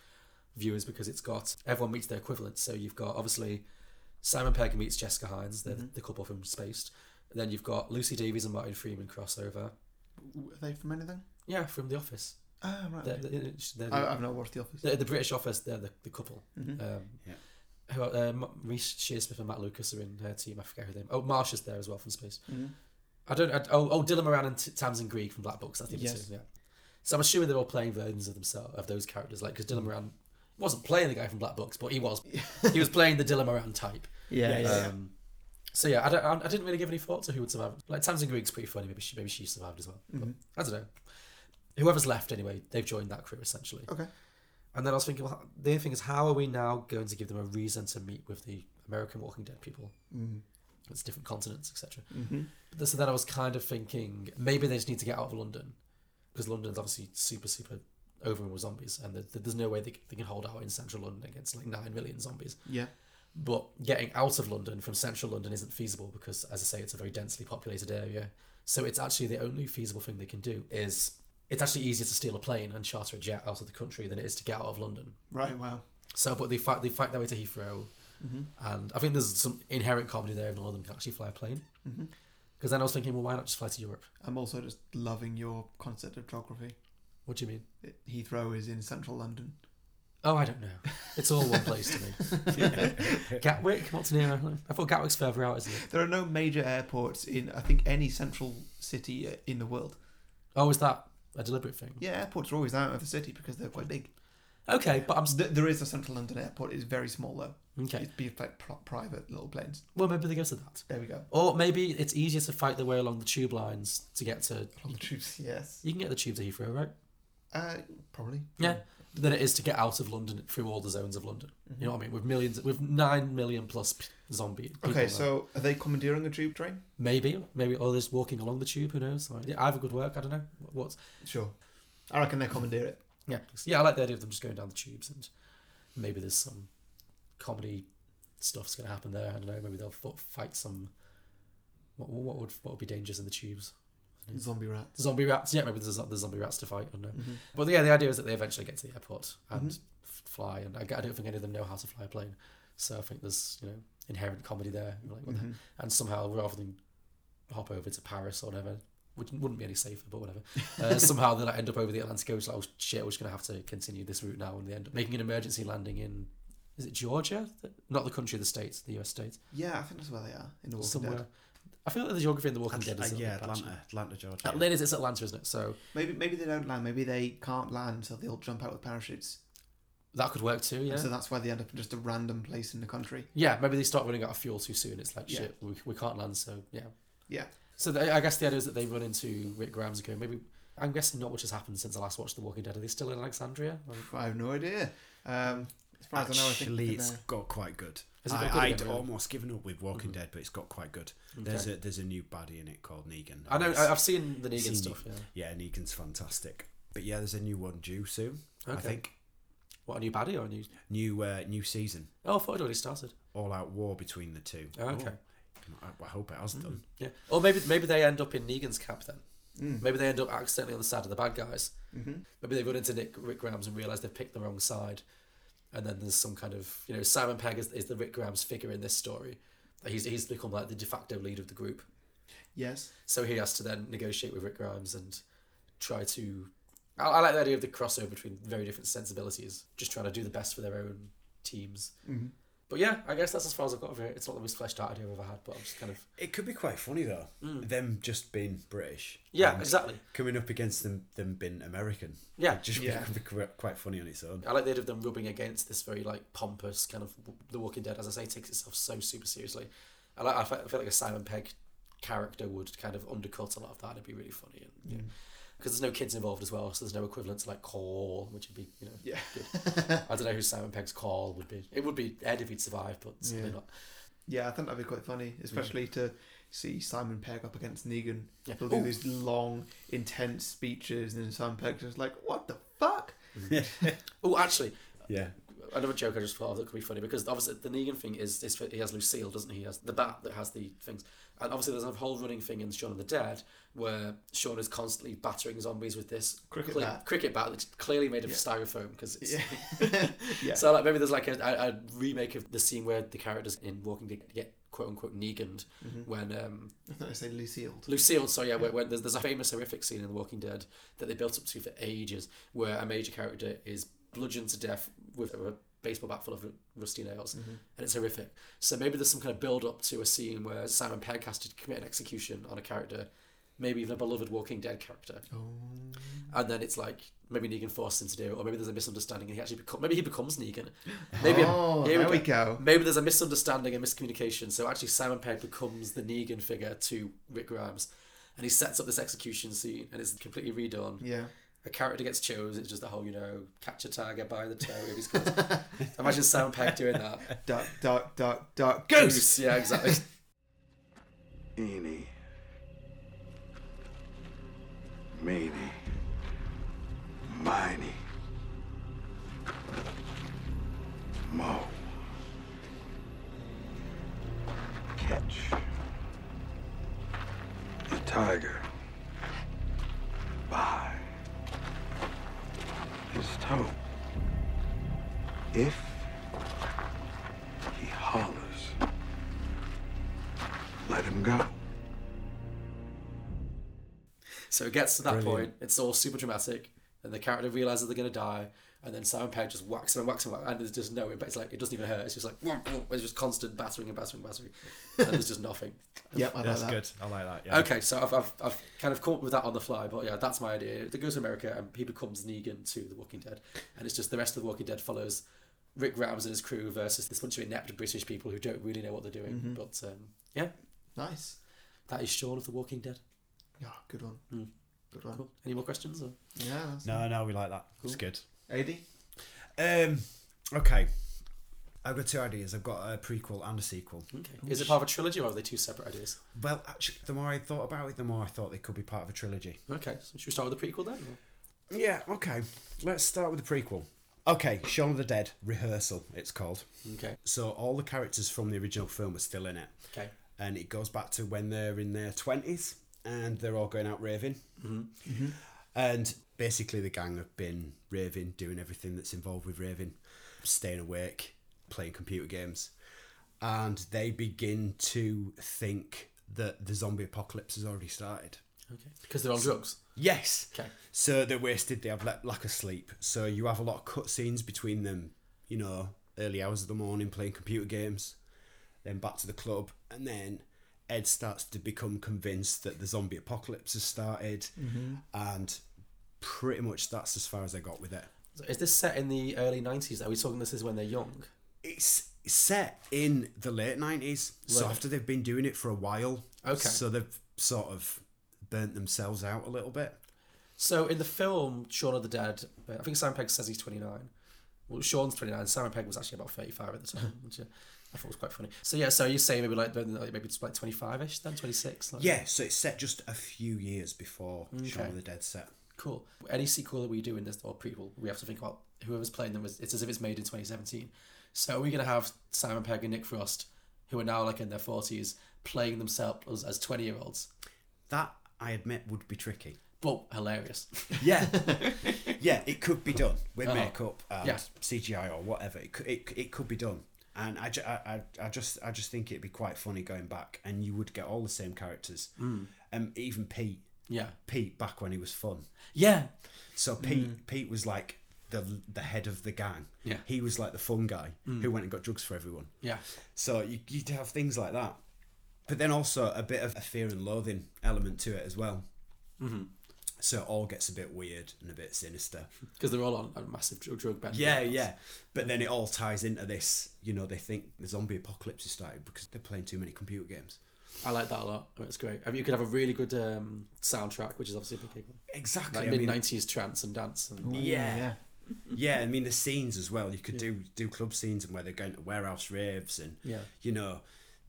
Speaker 2: viewers because it's got everyone meets their equivalent. So you've got obviously Simon Pegg meets Jessica Hines, the,
Speaker 1: Mm-hmm.
Speaker 2: the couple from Spaced. And then you've got Lucy Davies and Martin Freeman crossover.
Speaker 1: W- Are they from anything?
Speaker 2: Yeah, from The Office.
Speaker 1: Ah, right.
Speaker 2: They're,
Speaker 1: okay.
Speaker 2: they're- they're the-
Speaker 1: I, I've not watched The Office.
Speaker 2: the, the British Office, they're the, the couple. Um,
Speaker 4: Yeah.
Speaker 2: Who, uh, Ma- Reese Shearsmith and Matt Lucas are in her team. I forget who they. Oh, Marsha's there as well from Space. I don't. I, oh, oh, Dylan Moran and T- Tamsin Greig from Black Books. I think.
Speaker 1: Yes.
Speaker 2: Yes. Yeah. So I'm assuming they're all playing versions of themselves of those characters, like because Dylan Moran wasn't playing the guy from Black Books, but he was. he was playing the Dylan Moran type.
Speaker 1: Yeah, yeah.
Speaker 2: Um, so yeah, I, don't, I I didn't really give any thought to who would survive. Like Tamsin Greig's pretty funny. Maybe she maybe she survived as well. But
Speaker 1: Mm-hmm.
Speaker 2: I don't know. Whoever's left anyway, they've joined that crew essentially.
Speaker 1: Okay.
Speaker 2: And then I was thinking, well, the other thing is, how are we now going to give them a reason to meet with the American Walking Dead people?
Speaker 1: Mm.
Speaker 2: It's different continents, etc.
Speaker 1: Mm-hmm.
Speaker 2: But So then I was kind of thinking, maybe they just need to get out of London because London's obviously super, super overrun with zombies, and there- there's no way they, c- they can hold out in central London against like nine million zombies.
Speaker 1: Yeah.
Speaker 2: But getting out of London from central London isn't feasible because, as I say, it's a very densely populated area. So it's actually the only feasible thing they can do is it's actually easier to steal a plane and charter a jet out of the country than it is to get out of London.
Speaker 1: Right. Wow.
Speaker 2: So, but they fight they fight their way to Heathrow, and I think there's some inherent comedy there if none of them can actually fly a plane. Because then I was thinking, well, why not just fly to Europe?
Speaker 1: I'm also just loving your concept of geography.
Speaker 2: What do you mean?
Speaker 1: It- Heathrow is in central London.
Speaker 2: Oh, I don't know. It's all one place to me. Gatwick, what's nearer? I thought Gatwick's further out, isn't it?
Speaker 1: There are no major airports in, I think, any central city uh, in the world.
Speaker 2: Oh, is that a deliberate thing?
Speaker 1: Yeah, airports are always out of the city because they're quite big.
Speaker 2: Okay, but I'm.
Speaker 1: Th- there is a central London airport. It's very small though.
Speaker 2: Okay.
Speaker 1: It'd be like pri- private little planes.
Speaker 2: Well, maybe they go to that.
Speaker 1: There we go.
Speaker 2: Or maybe it's easier to fight their way along the tube lines to get to.
Speaker 1: Along the tubes, yes.
Speaker 2: You can get the tube to Heathrow, right?
Speaker 1: Uh, probably.
Speaker 2: Yeah. Than it is to get out of London through all the zones of London. You know what I mean? With millions, with nine million plus p- zombie. people
Speaker 1: Okay,
Speaker 2: there.
Speaker 1: so are they commandeering a tube train?
Speaker 2: maybe, maybe, or just walking along the tube. Who knows? Like, yeah, either good work. I don't know. What- What's
Speaker 1: Sure. I reckon they commandeer it.
Speaker 2: Yeah, yeah, I like the idea of them just going down the tubes and maybe there's some comedy stuff's going to happen there. I don't know. Maybe they'll f- fight some. What, what would what would be dangerous in the tubes?
Speaker 1: Zombie rats.
Speaker 2: Zombie rats. Yeah, maybe there's there's zombie rats to fight. I don't know.
Speaker 4: Mm-hmm.
Speaker 2: But yeah, the idea is that they eventually get to the airport and
Speaker 1: Mhm.
Speaker 2: f- fly. And I, g- I don't think any of them know how to fly a plane, so I think there's you know inherent comedy there. Like, what the-
Speaker 1: Mhm.
Speaker 4: Mm-hmm.
Speaker 2: And somehow rather than hop over to Paris or whatever, which wouldn't be any safer, but whatever. Uh, somehow they like, end up over the Atlantic Ocean. Like, oh shit, we're just gonna have to continue this route now, and they end up making an emergency landing in. Is it Georgia? Not the country, the states, the U.S. states.
Speaker 1: Yeah, I think that's where they are in the Walking
Speaker 2: somewhere.
Speaker 1: Dead.
Speaker 2: I feel like the geography in the Walking
Speaker 4: Atl-
Speaker 2: Dead is
Speaker 4: uh,
Speaker 2: a little
Speaker 4: yeah,
Speaker 2: bit patchy.
Speaker 4: Atlanta- Atlanta, Georgia, yeah.
Speaker 2: Atlanta, it's Atlanta, isn't it? So
Speaker 1: Maybe maybe they don't land. Maybe they can't land, so they'll jump out with parachutes.
Speaker 2: that could work too. Yeah.
Speaker 1: And so that's why they end up in just a random place in the country.
Speaker 2: Yeah, maybe they start running out of fuel too soon. It's like
Speaker 1: Yeah.
Speaker 2: shit, we, we can't land. So yeah,
Speaker 1: Yeah.
Speaker 2: So they, I guess the idea is that they run into Rick Grimes and go, maybe I'm guessing not much has happened since I last watched The Walking Dead. Are they still in Alexandria? Or-
Speaker 1: I have no idea. Um, as far as I know, I think
Speaker 4: Actually,
Speaker 1: they're
Speaker 4: it's
Speaker 1: there.
Speaker 4: got quite good.
Speaker 2: Has it got
Speaker 4: I,
Speaker 2: good
Speaker 4: I'd
Speaker 2: again, really?
Speaker 4: almost given up with Walking Dead, but it's got quite good. There's
Speaker 2: Okay.
Speaker 4: a there's a new baddie in it called Negan.
Speaker 2: I know-
Speaker 4: It's-
Speaker 2: I- I've seen the Negan
Speaker 4: seen
Speaker 2: stuff,
Speaker 4: Ne- yeah, Negan's fantastic. But yeah, there's a new one due soon. I
Speaker 2: Okay.
Speaker 4: think
Speaker 2: What a new baddie or a new?
Speaker 4: new uh, new season,
Speaker 2: Oh, I thought it already started.
Speaker 4: all out war between the two.
Speaker 2: Oh, Mm. okay.
Speaker 4: Oh, I, I hope it has done.
Speaker 2: Yeah. Or maybe maybe they end up in Negan's camp then. Maybe they end up accidentally on the side of the bad guys.
Speaker 1: Mhm.
Speaker 2: Maybe they run into Nick Rick Grimes and realize they've picked the wrong side. And then there's some kind of you know Simon Pegg is, is the Rick Grimes figure in this story. He's he's become like the de facto leader of the group.
Speaker 1: Yes.
Speaker 2: So he has to then negotiate with Rick Grimes and try to. I, I like the idea of the crossover between very different sensibilities, just trying to do the best for their own teams.
Speaker 1: Mhm.
Speaker 2: But yeah, I guess that's as far as I've got of it. It's not the most fleshed out idea I've ever had, but I'm just kind of.
Speaker 4: It could be quite funny though. Them just being British.
Speaker 2: Mm. Yeah,
Speaker 4: and
Speaker 2: exactly.
Speaker 4: Coming up against them them being American.
Speaker 2: Yeah.
Speaker 4: It just
Speaker 2: Yeah.
Speaker 4: could be qu- quite funny on its own.
Speaker 2: I like the idea of them rubbing against this very like pompous kind of The Walking Dead. As I say, takes itself so super seriously. I like. I fe- I feel like a Simon Pegg character would kind of undercut a lot of that. It'd be really funny and
Speaker 1: Mm.
Speaker 2: yeah. Because there's no kids involved as well, so there's no equivalent to like call, which would be you know.
Speaker 1: Yeah.
Speaker 2: Good. I don't know who Simon Pegg's call would be. It would be Ed if he'd survived, but certainly
Speaker 1: Yeah.
Speaker 2: not.
Speaker 1: Yeah, I think that'd be quite funny, especially to see Simon Pegg up against Negan.
Speaker 2: Yeah.
Speaker 1: He'll do
Speaker 2: Ooh.
Speaker 1: these long, intense speeches, and then Simon Pegg's just like, "What the fuck?"
Speaker 2: Oh, actually,
Speaker 4: Yeah.
Speaker 2: another joke I just thought of that could be funny because obviously the Negan thing is, is he has Lucille, doesn't he? He has the bat that has the things, and obviously there's a whole running thing in Shaun of the Dead where Shaun is constantly battering zombies with this
Speaker 1: Cricket
Speaker 2: cle-
Speaker 1: bat.
Speaker 2: cricket bat that's clearly made of styrofoam because it's.
Speaker 1: Yeah.
Speaker 2: So like maybe there's like a, a, a remake of the scene where the characters in Walking Dead get quote unquote Neganed
Speaker 1: Mm-hmm.
Speaker 2: when um,
Speaker 1: I thought I said Lucille.
Speaker 2: Lucille, so yeah, Where, where there's, there's a famous horrific scene in The Walking Dead that they built up to for ages, where a major character is bludgeoned to death with a baseball bat full of rusty nails,
Speaker 1: Mm-hmm.
Speaker 2: and it's horrific. So maybe there's some kind of build up to a scene where Simon Pegg has to commit an execution on a character, maybe even a beloved Walking Dead character,
Speaker 1: Oh.
Speaker 2: and then it's like maybe Negan forced him to do it, or maybe there's a misunderstanding and he actually become, maybe he becomes Negan. Maybe
Speaker 1: Oh,
Speaker 2: here
Speaker 1: there we go.
Speaker 2: Maybe there's a misunderstanding and miscommunication. So actually, Simon Pegg becomes the Negan figure to Rick Grimes, and he sets up this execution scene, and it's completely redone.
Speaker 1: Yeah.
Speaker 2: A character gets chosen. It's just the whole, you know, catch a tiger by the toe. If he's caught. Imagine Simon Pegg doing that.
Speaker 1: Duck, duck, duck, duck, goose.
Speaker 2: Yeah, exactly.
Speaker 13: Eeny. Meeny. Miny. Mo. Catch. The tiger. By. His toe. If. He hollers. Let him go.
Speaker 2: So it gets to that
Speaker 13: Brilliant.
Speaker 2: point. It's all super dramatic, and the character realizes they're going to die. And then Simon Pegg just whacks him and whacks him, and whacks him, and there's just no impact. It's like it doesn't even hurt. It's just like whomp, whomp. it's just constant battering and battering, and battering, and there's just nothing.
Speaker 1: Yep, I like That's that.
Speaker 4: good. I like that, yeah.
Speaker 2: Okay, so I've, I've, I've kind of come up with that on the fly, but yeah, that's my idea. They go to America and he becomes Negan to The Walking Dead, and it's just the rest of The Walking Dead follows Rick Grimes and his crew versus this bunch of inept British people who don't really know what they're doing.
Speaker 1: Mhm.
Speaker 2: But um, yeah,
Speaker 1: nice.
Speaker 2: That is Shaun of The Walking Dead.
Speaker 1: Yeah, good one. Good one.
Speaker 2: Hmm. Cool. Any more questions? Or?
Speaker 1: Yeah. that's-
Speaker 4: No, no, we like that. It's good.
Speaker 1: AD?
Speaker 4: Um, okay. I've got two ideas. I've got a prequel and a sequel.
Speaker 2: Okay. Is it part of a trilogy or are they two separate ideas?
Speaker 4: Well, actually, the more I thought about it, the more I thought they could be part of a trilogy.
Speaker 2: Okay, so should we start with the prequel then? or-
Speaker 4: Yeah, okay. Let's start with the prequel. Okay, Shaun of the Dead rehearsal, it's called.
Speaker 2: Okay.
Speaker 4: So all the characters from the original film are still in it.
Speaker 2: Okay.
Speaker 4: And it goes back to when they're in their 20s and they're all going out raving.
Speaker 3: Mhm.
Speaker 4: And basically, the gang have been raving, doing everything that's involved with raving, staying awake, playing computer games. And they begin to think that the zombie apocalypse has already started.
Speaker 2: Okay. Because they're on drugs.
Speaker 4: Yes.
Speaker 2: Okay.
Speaker 4: So they're wasted. They have le- lack of sleep. So you have a lot of cutscenes between them. You know, early hours of the morning playing computer games, then back to the club, and then Ed starts to become convinced that the zombie apocalypse has started,
Speaker 2: Mhm.
Speaker 4: and pretty much that's as far as I got with it.
Speaker 2: So is this set in the early 90s? Are we talking this is when they're young?
Speaker 4: It's set in the late nineties, so
Speaker 2: Right.
Speaker 4: after they've been doing it for a while,
Speaker 2: Okay.
Speaker 4: so they've sort of burnt themselves out a little bit.
Speaker 2: So in the film Shaun of the Dead, uh, I think Simon Pegg says he's 29. Well, Sean's 29. Simon Pegg was actually about 35 at the time, which uh, I thought was quite funny. So yeah, so you're saying maybe like maybe it's like 25ish then, 26? Like
Speaker 4: Yeah, so it's set just a few years before Shaun
Speaker 2: Okay.
Speaker 4: of the Dead set.
Speaker 2: Cool. Any sequel that we do in this or prequel, we have to think about whoever's playing them. is- It's as if it's made in 2017. So are we going to have Simon Pegg and Nick Frost, who are now like in their 40s, playing themselves as 20 year olds?
Speaker 4: That I admit would be tricky,
Speaker 2: but hilarious.
Speaker 4: Yeah, yeah, it could be done with
Speaker 2: Uh-huh.
Speaker 4: makeup and
Speaker 2: Yeah.
Speaker 4: CGI or whatever. It could, it, it could be done, and I, ju- I, I, I just I just think it'd be quite funny going back, and you would get all the same characters,
Speaker 2: Mm.
Speaker 4: um, even Pete.
Speaker 2: Yeah,
Speaker 4: Pete back when he was fun.
Speaker 2: Yeah.
Speaker 4: So Pete Pete was like the the head of the gang.
Speaker 2: Mm. Yeah.
Speaker 4: He was like the fun guy
Speaker 2: Mm.
Speaker 4: who went and got drugs for everyone.
Speaker 2: Yeah.
Speaker 4: So you, you'd have things like that. But then also a bit of a fear and loathing element to it as well.
Speaker 2: Mhm.
Speaker 4: So it all gets a bit weird and a bit sinister.
Speaker 2: Because they're all on a massive drug, drug bend.
Speaker 4: Yeah, yeah. But then it all ties into this, you know, they think the zombie apocalypse has started because they're playing too many computer games.
Speaker 2: I like that a lot. It's great. I mean, you could have a really good um, soundtrack, which is obviously a big thing.
Speaker 4: Exactly,
Speaker 2: Like
Speaker 4: I mean-
Speaker 2: mid nineties trance and dance. And
Speaker 4: yeah. Yeah, I mean the scenes as well. You could do do club scenes and where they're going to warehouse raves and
Speaker 2: Yeah.
Speaker 4: you know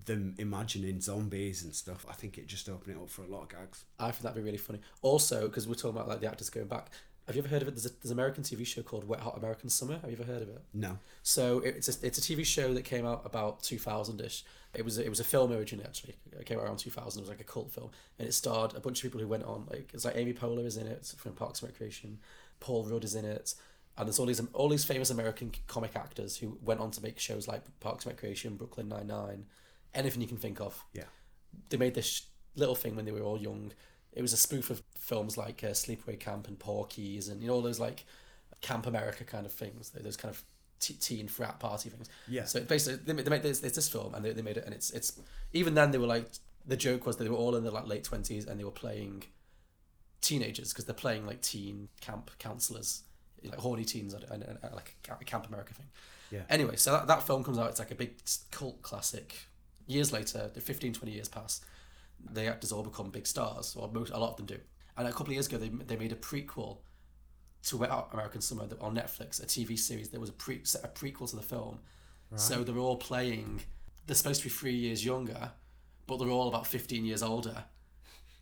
Speaker 4: them imagining zombies and stuff. I think it just opened it up for a lot of gags.
Speaker 2: I think that'd be really funny. Also, because we're talking about like the actors going back. Have you ever heard of it? There's, a, there's an American TV show called Wet Hot American Summer. Have you ever heard of it?
Speaker 4: No.
Speaker 2: So it's a, it's a TV show that came out about 2000 ish. It was a, it was a film originally actually. It came out around 2000. It was like a cult film, and it starred a bunch of people who went on like it's like Amy Poehler is in it from Parks and Recreation, Paul Rudd is in it, and there's all these all these famous American comic actors who went on to make shows like Parks and Recreation, Brooklyn Nine Nine, anything you can think of.
Speaker 4: Yeah.
Speaker 2: They made this sh- little thing when they were all young. It was a spoof of films like uh, Sleepaway Camp and Porky's and you know all those like Camp America kind of things, those kind of t- teen frat party things.
Speaker 4: Yeah.
Speaker 2: So basically, they made, they made this, it's this film, and they, they made it, and it's it's even then they were like the joke was they were all in their like late twenties, and they were playing teenagers because they're playing like teen camp counselors, like horny teens, and, and, and, like a ca- Camp America thing.
Speaker 4: Yeah.
Speaker 2: Anyway, so that, that film comes out. It's like a big cult classic. Years later, 15, 20 years pass, the actors all become big stars, or most, a lot of them do. And a couple of years ago, they, they made a prequel to Wet Hot American Summer that- on Netflix, a TV series that was a, pre- a prequel to the film. So
Speaker 4: Right.
Speaker 2: they're all playing, they're supposed to be three years younger, but they're all about 15 years older.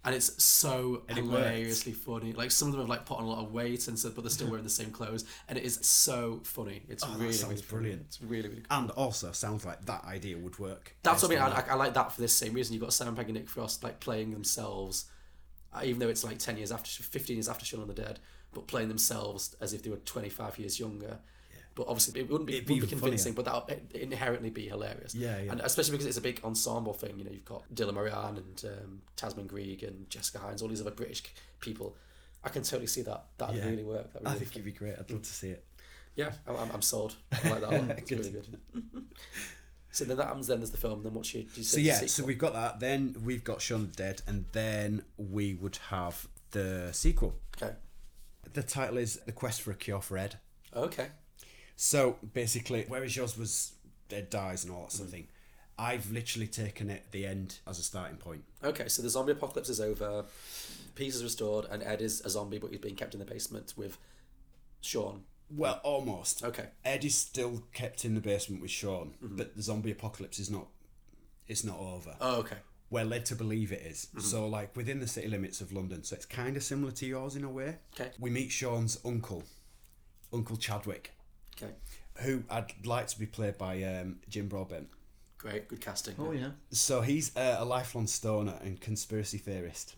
Speaker 2: And it's so
Speaker 4: And it worked.
Speaker 2: hilariously funny. Like some of them have like put on a lot of weight and so, but they're still wearing the same clothes. And it is so funny. It's
Speaker 4: Oh,
Speaker 2: really,
Speaker 4: that sounds
Speaker 2: really funny.
Speaker 4: brilliant.
Speaker 2: It's really, really
Speaker 4: And also sounds like that idea would work.
Speaker 2: that's what I
Speaker 4: Based
Speaker 2: mean.
Speaker 4: on
Speaker 2: I,
Speaker 4: that.
Speaker 2: I, I like that for this same reason. You've got Simon Pegg and Nick Frost like playing themselves, uh, even though it's like ten years after, fifteen years after Shaun of the Dead, but playing themselves as if they were twenty five years younger. But obviously, it wouldn't be,
Speaker 4: It'd be
Speaker 2: wouldn't be
Speaker 4: even
Speaker 2: convincing, but that would inherently be hilarious.
Speaker 4: Yeah, yeah.
Speaker 2: And especially because it's a big ensemble thing. You know, you've got Dylan Moran and um, Tasman Grieg and Jessica Hines, all these other British people. I can totally see that. That would
Speaker 4: Yeah.
Speaker 2: really work. That'd be
Speaker 4: I
Speaker 2: really
Speaker 4: think it'd be great. I'd love to see it.
Speaker 2: Yeah, I- I'm, I'm sold. I like that one. It's really good. So then that happens. Then there's the film. Then what's your? Do you
Speaker 4: So
Speaker 2: say
Speaker 4: yeah,
Speaker 2: sequel?
Speaker 4: so we've got that. Then we've got Shaun the Dead, and then we would have the sequel.
Speaker 2: Okay.
Speaker 4: The title is The Quest for a Cure for Ed.
Speaker 2: Okay.
Speaker 4: So basically, whereas yours was Ed dies and all that
Speaker 2: Mm-hmm.
Speaker 4: sort of thing, I've literally taken it the end as a starting point.
Speaker 2: Okay, so the zombie apocalypse is over, peace is restored, and Ed is a zombie, but he's being kept in the basement with Sean.
Speaker 4: Well, almost.
Speaker 2: Okay. Mm-hmm.
Speaker 4: Ed is still kept in the basement with Sean, but the zombie apocalypse is not. It's not over.
Speaker 2: Oh, okay.
Speaker 4: We're led to believe it is.
Speaker 2: Mhm.
Speaker 4: So, like within the city limits of London, so it's kind of similar to yours in a way.
Speaker 2: Okay.
Speaker 4: We meet Sean's uncle, Uncle Chadwick,
Speaker 2: Okay,
Speaker 4: who I'd like to be played by um, Jim Broadbent.
Speaker 2: great, good casting.
Speaker 4: So he's uh, a lifelong stoner and conspiracy theorist.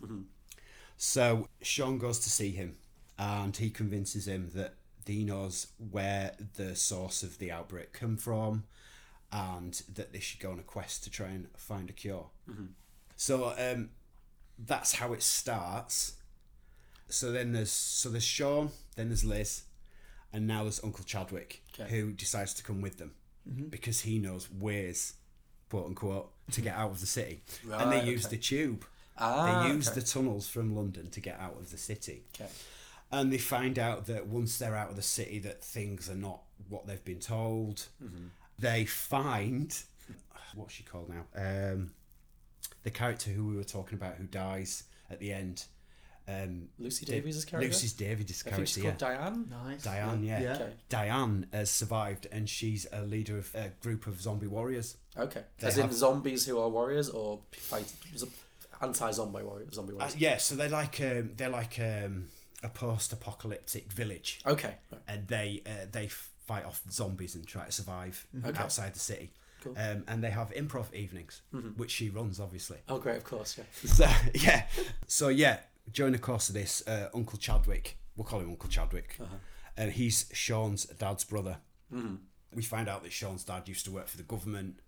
Speaker 4: So Sean goes to see him, and he convinces him that he knows where the source of the outbreak come from, and that they should go on a quest to try and find a cure.
Speaker 2: Mhm.
Speaker 4: So um, that's how it starts. So then there's so there's Sean, then there's Liz, and now there's Uncle Chadwick,
Speaker 2: Okay.
Speaker 4: who decides to come with them
Speaker 2: Mhm.
Speaker 4: because he knows ways, quote unquote, to get out of the city. and they
Speaker 2: Right,
Speaker 4: use
Speaker 2: okay.
Speaker 4: the tube.
Speaker 2: Ah,
Speaker 4: they use
Speaker 2: okay.
Speaker 4: the tunnels from London to get out of the city.
Speaker 2: Okay.
Speaker 4: And they find out that once they're out of the city, that things are not what they've been told.
Speaker 2: Mhm.
Speaker 4: They find what's she called now? Um, the character who we were talking about who dies at the end. Um,
Speaker 2: Lucy
Speaker 4: Da-
Speaker 2: Davies' character?
Speaker 4: Lucy's Davies'
Speaker 2: I
Speaker 4: character.
Speaker 2: think she's
Speaker 4: yeah.
Speaker 2: called Diane. Nice.
Speaker 4: Diane, yeah.
Speaker 2: Yeah. Okay.
Speaker 4: Diane has survived and she's a leader of a group of zombie warriors.
Speaker 2: Okay,
Speaker 4: They
Speaker 2: as in
Speaker 4: have-
Speaker 2: zombies who are warriors or p- fight z- anti-zombie warriors, zombie
Speaker 4: Uh,
Speaker 2: warriors.
Speaker 4: yeah, so they're like um, they're like um, a post-apocalyptic village.
Speaker 2: Okay.
Speaker 4: And they uh, they fight off zombies and try to survive
Speaker 2: Mhm. Okay.
Speaker 4: outside the city.
Speaker 2: Cool.
Speaker 4: Um, and they have improv evenings,
Speaker 2: Mhm.
Speaker 4: which she runs, obviously.
Speaker 2: Oh, great, of course, yeah.
Speaker 4: So yeah, so yeah. During the course of this, uh, Uncle Chadwick, we'll call him Uncle Chadwick, and he's Sean's dad's brother.
Speaker 2: Mhm.
Speaker 4: We find out that Sean's dad used to work for the government,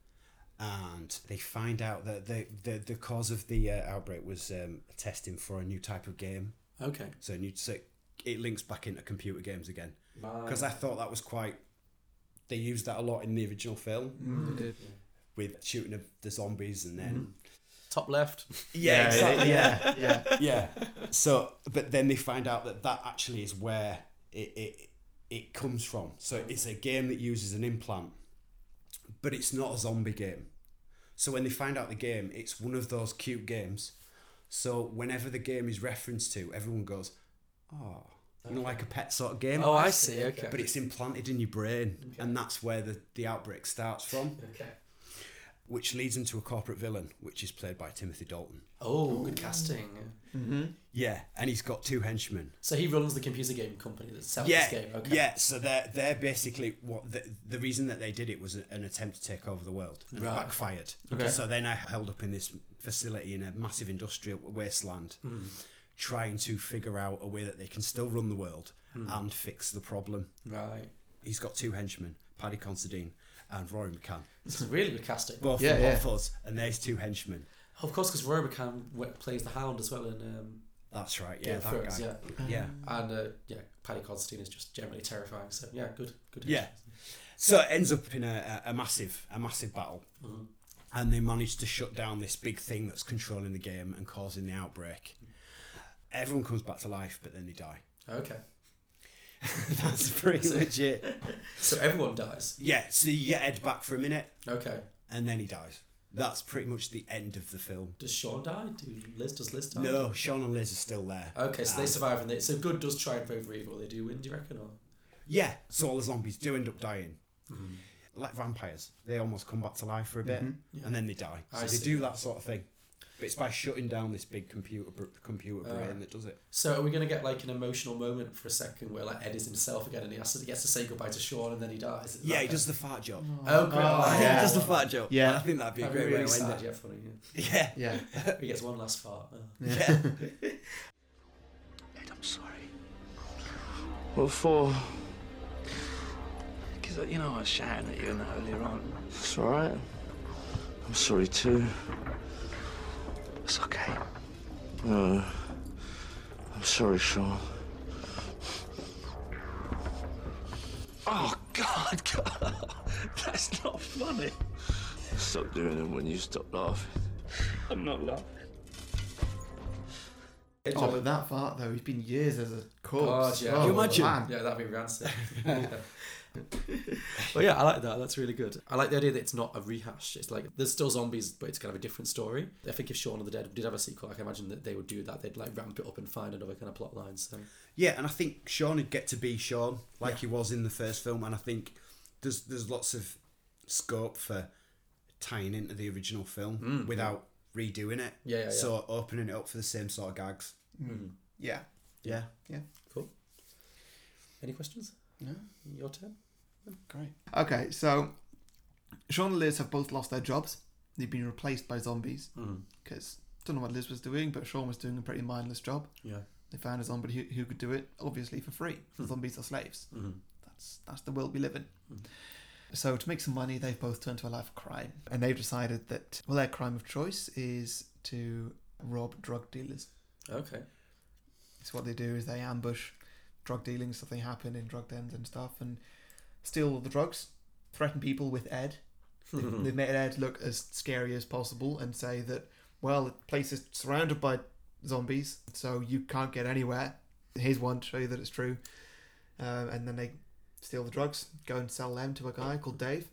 Speaker 4: and they find out that the the, the cause of the uh, outbreak was um, testing for a new type of game.
Speaker 2: Okay.
Speaker 4: So new so it links back into computer games again because I
Speaker 2: Right.
Speaker 4: thought that was quite. They used that a lot in the original film.
Speaker 2: Mm, they did.
Speaker 4: With shooting of the zombies and then
Speaker 2: Top left.
Speaker 4: yeah, exactly. Yeah,
Speaker 2: yeah,
Speaker 4: yeah, yeah. So, but then they find out that that actually is where it it, it comes from. So it's a game that uses an implant, but it's not a zombie game. So when they find out the game, it's one of those cute games. So whenever the game is referenced to, everyone goes, "Oh." You know, like a pet sort of game.
Speaker 2: Oh, I see, okay.
Speaker 4: But it's implanted in your brain, and that's where the, the outbreak starts from.
Speaker 2: Okay.
Speaker 4: Which leads into a corporate villain, which is played by Timothy Dalton.
Speaker 2: Oh, good casting.
Speaker 4: Mm-hmm. Yeah, and he's got two henchmen.
Speaker 2: So he runs the computer game company that sells
Speaker 4: yeah,
Speaker 2: this game. Okay.
Speaker 4: yeah. So they're they're basically what the, the reason that they did it was an attempt to take over the world. And it
Speaker 2: Right.
Speaker 4: backfired.
Speaker 2: Okay.
Speaker 4: So they're now held up in this facility in a massive industrial wasteland,
Speaker 2: Mm.
Speaker 4: trying to figure out a way that they can still run the world
Speaker 2: Mm.
Speaker 4: and fix the problem.
Speaker 2: Right.
Speaker 4: He's got two henchmen, Paddy Considine and Rory McCann.
Speaker 2: This is really good casting.
Speaker 4: Both
Speaker 2: Yeah,
Speaker 4: from
Speaker 2: yeah.
Speaker 4: Hot Fuzz, and there's two henchmen.
Speaker 2: Of course, because Rory McCann w- plays the Hound as well in. Um,
Speaker 4: That's right, yeah,
Speaker 2: Game of
Speaker 4: that
Speaker 2: Thrones,
Speaker 4: guy.
Speaker 2: Yeah.
Speaker 4: Yeah.
Speaker 2: And uh, yeah, Paddy Constantine is just generally terrifying. So yeah, good, good.
Speaker 4: Yeah. So it ends up in a, a a massive, a massive battle,
Speaker 2: Mhm.
Speaker 4: and they manage to shut down this big thing that's controlling the game and causing the outbreak. Everyone comes back to life, but then they die.
Speaker 2: Okay.
Speaker 4: that's pretty
Speaker 2: So-
Speaker 4: much it.
Speaker 2: So everyone dies.
Speaker 4: Yeah. So you get Ed back for a minute.
Speaker 2: Okay.
Speaker 4: And then he dies. That's pretty much the end of the film.
Speaker 2: Does Sean die? Do Liz? Does Liz die?
Speaker 4: No, Sean and Liz are still there.
Speaker 2: Okay, so they
Speaker 4: Um,
Speaker 2: survive, and they, so good does triumph over evil. They do win, do you reckon? Or
Speaker 4: Yeah, so all the zombies do end up dying. Like vampires, they almost come back to life for a bit
Speaker 2: Mhm. Mm-hmm. Yeah.
Speaker 4: and then they die. So
Speaker 2: I
Speaker 4: they
Speaker 2: see.
Speaker 4: do that sort of thing. But it's by shutting down this big computer br- computer brain
Speaker 2: Alright.
Speaker 4: that does it.
Speaker 2: So are we going to get like an emotional moment for a second where like Ed is himself again and he has to, he gets to say goodbye to Sean and then he dies? Is it
Speaker 4: Yeah,
Speaker 2: that
Speaker 4: he
Speaker 2: kind
Speaker 4: does the
Speaker 2: of-
Speaker 4: fart job.
Speaker 2: Oh, great.
Speaker 4: Oh,
Speaker 2: yeah.
Speaker 4: He does the fart job.
Speaker 1: Yeah.
Speaker 4: I think that'd be a
Speaker 2: That'd
Speaker 4: great
Speaker 2: really
Speaker 4: way to
Speaker 2: sad,
Speaker 4: end
Speaker 2: yeah,
Speaker 4: it.
Speaker 2: funny.
Speaker 4: Yeah.
Speaker 1: Yeah.
Speaker 2: he gets one last fart. Oh.
Speaker 1: Yeah.
Speaker 7: I'm sorry. What for? Because, you know, I was shouting at you and that earlier on.
Speaker 6: It's alright. I'm sorry too.
Speaker 7: It's okay.
Speaker 6: Uh, I'm sorry, Sean.
Speaker 9: Oh, God, God. That's not funny.
Speaker 6: Stop doing them when you stop laughing.
Speaker 9: I'm not laughing.
Speaker 1: Oh, but that fart though, he's been years as a corpse.
Speaker 2: God, yeah. Can
Speaker 1: Oh,
Speaker 2: you imagine?
Speaker 1: man.
Speaker 2: Yeah, that'd be rancid. but yeah, I like that. That's really good. I like the idea that it's not a rehash. It's like there's still zombies, but it's kind of a different story. I think if Shaun of the Dead did have a sequel, I can imagine that they would do that. They'd like ramp it up and find another kind of plot line. So
Speaker 4: Yeah, and I think Sean would get to be Sean like he was in the first film, and I think there's there's lots of scope for tying into the original film
Speaker 2: Mm.
Speaker 4: without redoing it.
Speaker 2: Yeah, yeah, yeah.
Speaker 4: So opening it up for the same sort of gags.
Speaker 2: Mm.
Speaker 1: Yeah.
Speaker 4: Yeah.
Speaker 1: Yeah.
Speaker 2: Cool. Any questions?
Speaker 1: No.
Speaker 2: Your turn.
Speaker 1: Great. Okay, so Sean and Liz have both lost their jobs. They've been replaced by zombies
Speaker 2: Mm.
Speaker 1: because don't know what Liz was doing, but Sean was doing a pretty mindless job.
Speaker 2: Yeah.
Speaker 1: They found a zombie who, who could do it, obviously for free.
Speaker 2: Hmm.
Speaker 1: Zombies are slaves.
Speaker 2: Mhm.
Speaker 1: That's that's the world we live in. So to make some money, they've both turned to a life of crime, and they've decided that well, their crime of choice is to rob drug dealers.
Speaker 2: Okay.
Speaker 1: So what they do is they ambush drug dealing, so they happen in drug dens and stuff, and steal all the drugs, threaten people with Ed. They've they've made Ed look as scary as possible and say that, well, the place is surrounded by zombies, so you can't get anywhere. Here's one to show you that it's true. Um, and then they steal the drugs, go and sell them to a guy called Dave.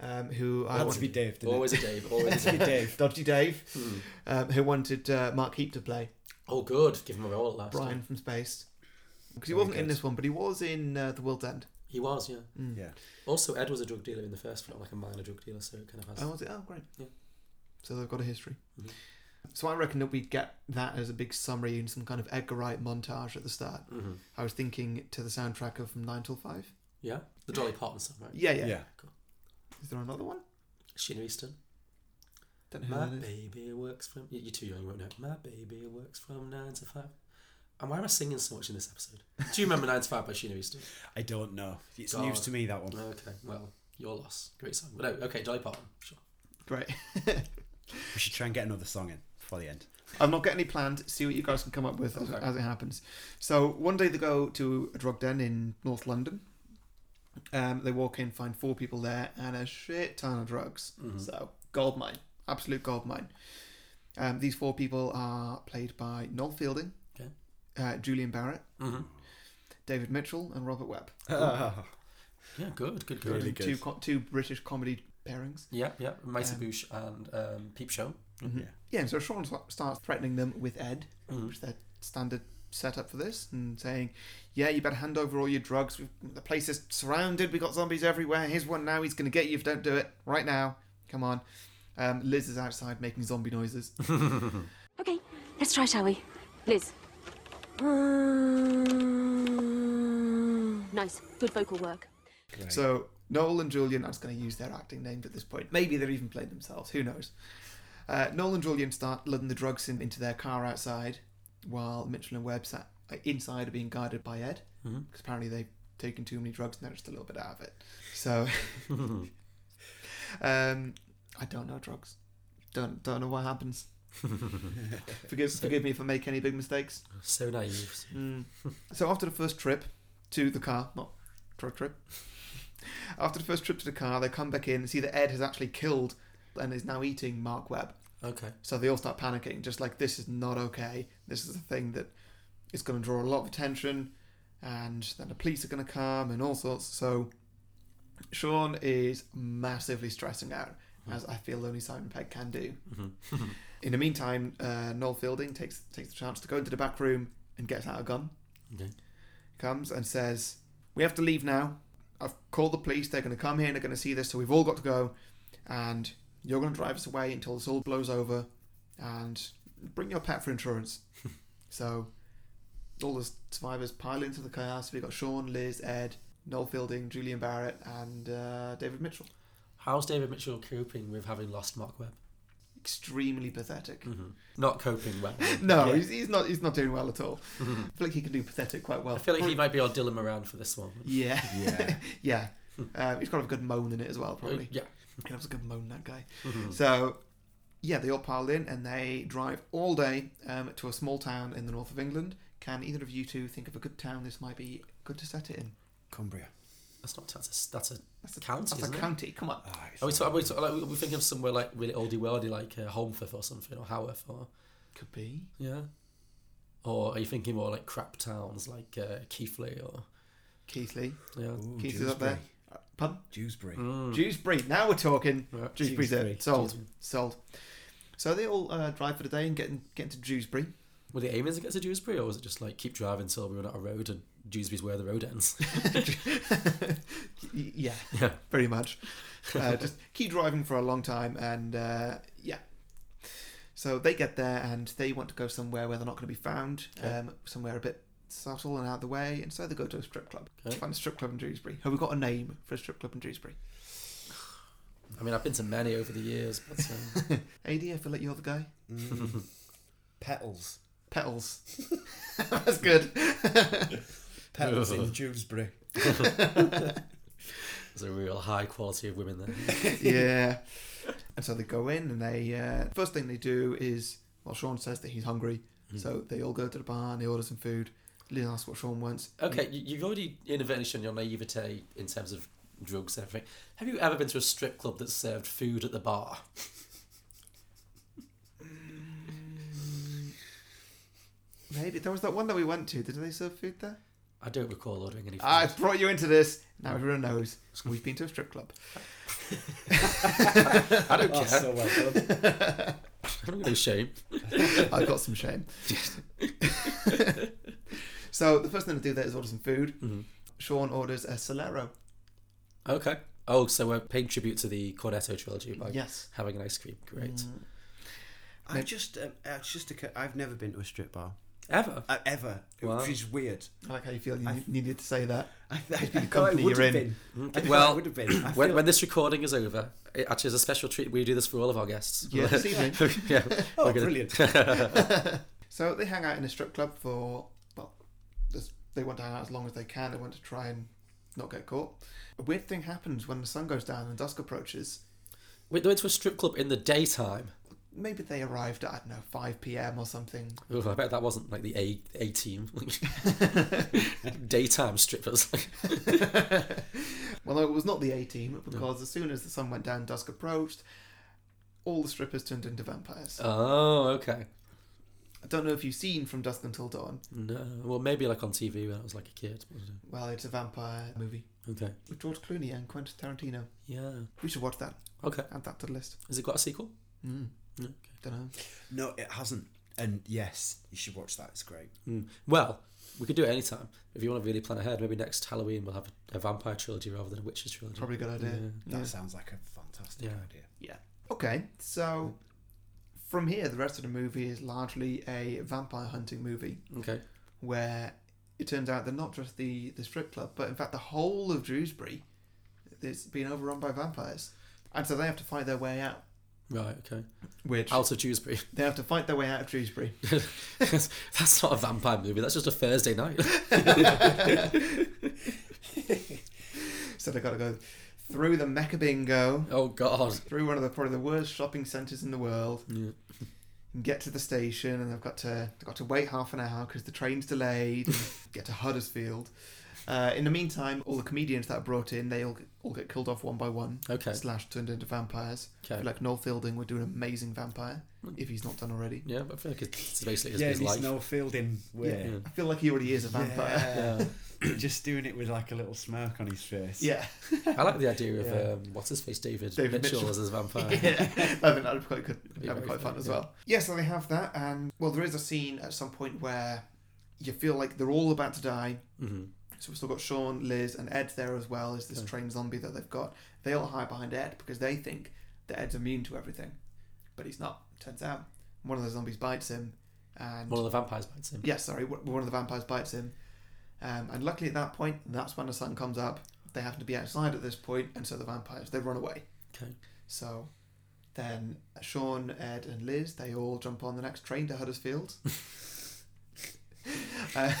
Speaker 1: Um, who I
Speaker 4: Had to
Speaker 1: wanted
Speaker 4: be Dave, didn't it?
Speaker 2: Always a Dave, always a
Speaker 1: Had to be
Speaker 2: Dave.
Speaker 1: Dave, dodgy Dave,
Speaker 2: Hmm.
Speaker 1: um, who wanted uh, Mark Heap to play.
Speaker 2: Oh, good. Give him a roll at last.
Speaker 1: Brian from space. Because he wasn't in this one, but he was in uh, The World's End.
Speaker 2: He was, yeah.
Speaker 1: Mm.
Speaker 4: Yeah.
Speaker 2: Also, Ed was a drug dealer in the first film, like a minor drug dealer, so it kind of has.
Speaker 1: Oh, was it? Oh, great.
Speaker 2: Yeah.
Speaker 1: So they've got a history.
Speaker 2: Mhm.
Speaker 1: So I reckon that we get that as a big summary in some kind of Edgar Wright montage at the start.
Speaker 2: Mhm.
Speaker 1: I was thinking to the soundtrack of From 9 Till 5.
Speaker 2: Yeah, the Dolly Parton song, right?
Speaker 1: Yeah, yeah.
Speaker 4: Yeah.
Speaker 2: Cool.
Speaker 1: Is there another one?
Speaker 2: Sheena Easton.
Speaker 1: Don't know who
Speaker 2: My
Speaker 1: that is.
Speaker 2: baby works from. you- You're too young, you won't know. My baby works from nine to five. And why am I singing so much in this episode? Do you remember Nine to Five by Sheena Easton?
Speaker 4: I don't know. It's
Speaker 2: God.
Speaker 4: news to me that one.
Speaker 2: Okay, well, your loss. Great song. But no, okay, Dolly Parton. Sure.
Speaker 1: Great.
Speaker 4: We should try and get another song in for the end.
Speaker 1: I've not got any planned. See what you guys can come up with as,
Speaker 2: Okay.
Speaker 1: as it happens. So one day they go to a drug den in North London. Um, they walk in, find four people there, and a shit ton of drugs.
Speaker 2: Mm-hmm.
Speaker 1: So gold mine, absolute gold mine. Um, these four people are played by Noel Fielding,
Speaker 2: Okay.
Speaker 1: uh, Julian Barrett,
Speaker 2: Mhm.
Speaker 1: David Mitchell, and Robert Webb.
Speaker 2: Yeah, good, good, good.
Speaker 1: Two- Two co- two British comedy pairings.
Speaker 2: Yeah, yeah. Mighty
Speaker 1: Um,
Speaker 2: Boosh and um, Peep Show.
Speaker 1: Mhm. Yeah, and so Sean s- starts threatening them with Ed,
Speaker 2: Mhm.
Speaker 1: which is their standard setup for this, and saying, "Yeah, you better hand over all your drugs. We've, the place is surrounded. We got zombies everywhere. Here's one now. He's gonna get you if you don't do it right now. Come on." Um, Liz is outside making zombie noises.
Speaker 10: Okay, let's try, shall we? Liz. Mm, Nice, good vocal work.
Speaker 1: So Noel and Julian, I'm just going to use their acting names at this point. Maybe they're even playing themselves. Who knows? Uh, Noel and Julian start loading the drugs in, into their car outside, while Mitchell and Webb sat uh, inside are being guided by Ed, because
Speaker 2: Mhm.
Speaker 1: apparently they've taken too many drugs and they're just a little bit out of it. So, um, I don't know drugs. Don't don't know what happens. forgive forgive me if I make any big mistakes.
Speaker 2: so naive.
Speaker 1: Mm. So after the first trip to the car, not drug trip. After the first trip to the car, they come back in and see that Ed has actually killed and is now eating Mark Webb.
Speaker 2: Okay.
Speaker 1: So they all start panicking, just like this is not okay. This is a thing that is going to draw a lot of attention, and then the police are going to come and all sorts. So Sean is massively stressing out, as I feel only Simon Pegg can do. In the meantime, uh, Noel Fielding takes takes the chance to go into the back room and gets out a gun.
Speaker 2: Okay.
Speaker 1: Comes and says, "We have to leave now. I've called the police. They're going to come here and they're going to see this. So we've all got to go, and you're going to drive us away until this all blows over, and bring your pet for insurance." so all the survivors pile into the car. So we've got Sean, Liz, Ed, Noel Fielding, Julian Barrett, and uh, David Mitchell.
Speaker 2: How's David Mitchell coping with having lost Mark Webb?
Speaker 1: Extremely pathetic.
Speaker 2: Not coping well.
Speaker 1: No,
Speaker 2: Mm-hmm. Yeah. Mm-hmm.
Speaker 1: he's, he's not. He's not doing well at all. I feel like he can do pathetic quite well.
Speaker 2: I feel like he might be our Dylan Moran for this one.
Speaker 1: Yeah.
Speaker 4: Yeah.
Speaker 1: yeah.
Speaker 2: Hmm.
Speaker 1: Um, he's got a good moan in it as well, probably.
Speaker 2: yeah.
Speaker 1: He loves a good moan, that guy. So, yeah, they all pile in and they drive all day um, to a small town in the north of England. Can either of you two think of a good town this might be good to set it in?
Speaker 4: Cumbria.
Speaker 2: That's not that's a, that's a county.
Speaker 1: that's Ah, a
Speaker 2: isn't it?
Speaker 1: county, come on.
Speaker 2: Are we, talk, are we, talk, like, we think of somewhere like really oldie worldy, like uh, Holmfirth or something, or Haworth, or
Speaker 1: could be.
Speaker 2: Yeah. Or are you thinking more like crap towns, like uh, Keighley or
Speaker 1: Keithley?
Speaker 2: Yeah,
Speaker 1: Ooh, Keithley's up there. Uh, Pardon?
Speaker 4: Dewsbury.
Speaker 2: Mm.
Speaker 1: Dewsbury. Now we're talking. Dewsbury's there.
Speaker 2: Dewsbury.
Speaker 1: Sold.
Speaker 2: Dewsbury.
Speaker 1: Sold. So they all uh, drive for the day and get, in, get into Dewsbury.
Speaker 2: Were they aiming to get to Dewsbury, or was it just like keep driving till we run out of road and Dewsbury's where the road ends?
Speaker 1: Y- Yeah,
Speaker 2: Yeah.
Speaker 1: very much. Uh, just keep driving for a long time, and uh, yeah. So they get there, and they want to go somewhere where they're not going to be found,
Speaker 2: Okay.
Speaker 1: um, somewhere a bit subtle and out of the way, and so they go to a strip club.
Speaker 2: Okay.
Speaker 1: Find a strip club in Dewsbury. Have we got a name for a strip club in Dewsbury?
Speaker 2: I mean, I've been to many over the years, but um,
Speaker 1: AD, I feel like you're the guy.
Speaker 2: Mm.
Speaker 4: Petals.
Speaker 1: Petals. That's good.
Speaker 4: Petals in Dewsbury.
Speaker 2: there's a real high quality of women there.
Speaker 1: yeah. And so they go in, and they uh, first thing they do is well, Sean says that he's hungry, so they all go to the bar and they order some food. Lynn asks what Sean wants.
Speaker 2: Okay, you, you've already inadvertently shown your naivete in terms of drugs and everything. Have you ever been to a strip club that served food at the bar?
Speaker 1: Maybe there was that one that we went to. Did they serve food there?
Speaker 2: I don't recall ordering any food.
Speaker 1: I brought you into this. Now everyone knows we've been to a strip club.
Speaker 2: I
Speaker 1: I
Speaker 2: don't care. I'm not gonna shame.
Speaker 1: I've got some shame. so the first thing to do there is order some food. Sean orders a Solero.
Speaker 2: Okay. Oh, so we're paying tribute to the Cornetto trilogy by
Speaker 1: Yes. Mm.
Speaker 2: having an ice cream. Great.
Speaker 4: I just, um, it's just, occur- I've never been to a strip bar
Speaker 2: Ever?
Speaker 4: uh, ever,
Speaker 2: Wow.
Speaker 4: which is weird.
Speaker 1: I like how you feel you you needed to say that.
Speaker 4: I, I,
Speaker 1: It's been
Speaker 4: I
Speaker 1: the
Speaker 4: thought
Speaker 1: company
Speaker 4: it would
Speaker 1: you're
Speaker 4: have
Speaker 1: in.
Speaker 4: been. I thought
Speaker 2: Mm. Well,
Speaker 4: it would have been. I
Speaker 2: when,
Speaker 4: feel-
Speaker 2: when this recording is over, it actually is a special treat we do this for all of our guests.
Speaker 1: Yeah, this evening.
Speaker 2: yeah.
Speaker 4: Oh,
Speaker 2: we're gonna-
Speaker 4: brilliant.
Speaker 1: So they hang out in a strip club for well, this- they want to hang out as long as they can. They want to try and not get caught. A weird thing happens when the sun goes down and dusk approaches.
Speaker 2: Wait, they went to a strip club in the daytime.
Speaker 1: Maybe they arrived at I don't know five p.m. or something.
Speaker 2: Ooh, I bet that wasn't like the A A team. daytime strippers.
Speaker 1: Well, no, it was not the A team because as soon as the sun went down, dusk approached. All the strippers turned into vampires.
Speaker 2: oh, okay.
Speaker 1: I don't know if you've seen From Dusk Until Dawn.
Speaker 2: No, well, maybe like on TV when I was like a kid. I dunno.
Speaker 1: Well, it's a vampire movie
Speaker 2: Okay.
Speaker 1: with George Clooney and Quentin Tarantino.
Speaker 2: Yeah.
Speaker 1: We should watch that.
Speaker 2: Okay.
Speaker 1: Add that to the list.
Speaker 2: Has it got a sequel?
Speaker 1: Mm.
Speaker 2: No.
Speaker 1: Don't know.
Speaker 4: No, it hasn't. And yes, you should watch that. It's great.
Speaker 2: Mm. Well, we could do it anytime. If you want to really plan ahead, maybe next Halloween we'll have a vampire trilogy rather than a witches trilogy.
Speaker 1: Probably a good idea.
Speaker 4: That
Speaker 1: Yeah.
Speaker 4: sounds like a fantastic
Speaker 2: Yeah.
Speaker 4: idea.
Speaker 1: Yeah. Okay, so from here, the rest of the movie is largely a vampire hunting movie
Speaker 2: Yeah. Okay.
Speaker 1: where it turns out that not just the, the strip club, but in fact the whole of Dewsbury is being overrun by vampires. And so they have to fight their way out.
Speaker 2: Right. Okay.
Speaker 1: Which?
Speaker 2: Out of Dewsbury.
Speaker 1: They have to fight their way out of Dewsbury.
Speaker 2: That's not a vampire movie. That's just a Thursday night.
Speaker 1: so they've got to go through the Mecca Bingo,
Speaker 2: oh God.
Speaker 1: through one of the probably the worst shopping centres in the world,
Speaker 2: Yeah.
Speaker 1: and get to the station, and they've got to they've got to wait half an hour because the train's delayed. and get to Huddersfield. Uh, in the meantime, all the comedians that are brought in, they all get, all get killed off one by one.
Speaker 2: Okay.
Speaker 1: Slash turned into vampires.
Speaker 2: Okay.
Speaker 1: Like Noel Fielding would do an amazing vampire if he's not done already.
Speaker 2: Yeah, I feel like it's basically his,
Speaker 4: yeah,
Speaker 2: his
Speaker 4: he's
Speaker 2: life.
Speaker 4: no fielding.
Speaker 1: Yeah. I feel like he already is a vampire.
Speaker 4: just doing it with like a little smirk on his face.
Speaker 1: Yeah.
Speaker 2: I like the idea of
Speaker 4: Yeah.
Speaker 2: um, what's his face, David,
Speaker 1: David
Speaker 2: Mitchell,
Speaker 1: Mitchell.
Speaker 2: as his vampire.
Speaker 1: yeah, I think that'd be quite good.
Speaker 2: be
Speaker 1: That'd be
Speaker 2: very
Speaker 1: quite fun
Speaker 2: fun,
Speaker 1: as
Speaker 2: yeah.
Speaker 1: well. Yeah, so they have that, and well, there is a scene at some point where you feel like they're all about to die.
Speaker 2: hmm
Speaker 1: So we've still got Sean, Liz, and Ed there as well. Is this
Speaker 2: Okay.
Speaker 1: trained zombie that they've got? They all hide behind Ed because they think that Ed's immune to everything, but he's not. Turns out one of the zombies bites him, and
Speaker 2: One of the vampires bites him.
Speaker 1: yeah, sorry, one one of the vampires bites him. Um, and luckily at that point, that's when the sun comes up. They happen to be outside at this point, and so the vampires they run away.
Speaker 2: Okay.
Speaker 1: So then Sean, Ed, and Liz they all jump on the next train to Huddersfield. uh,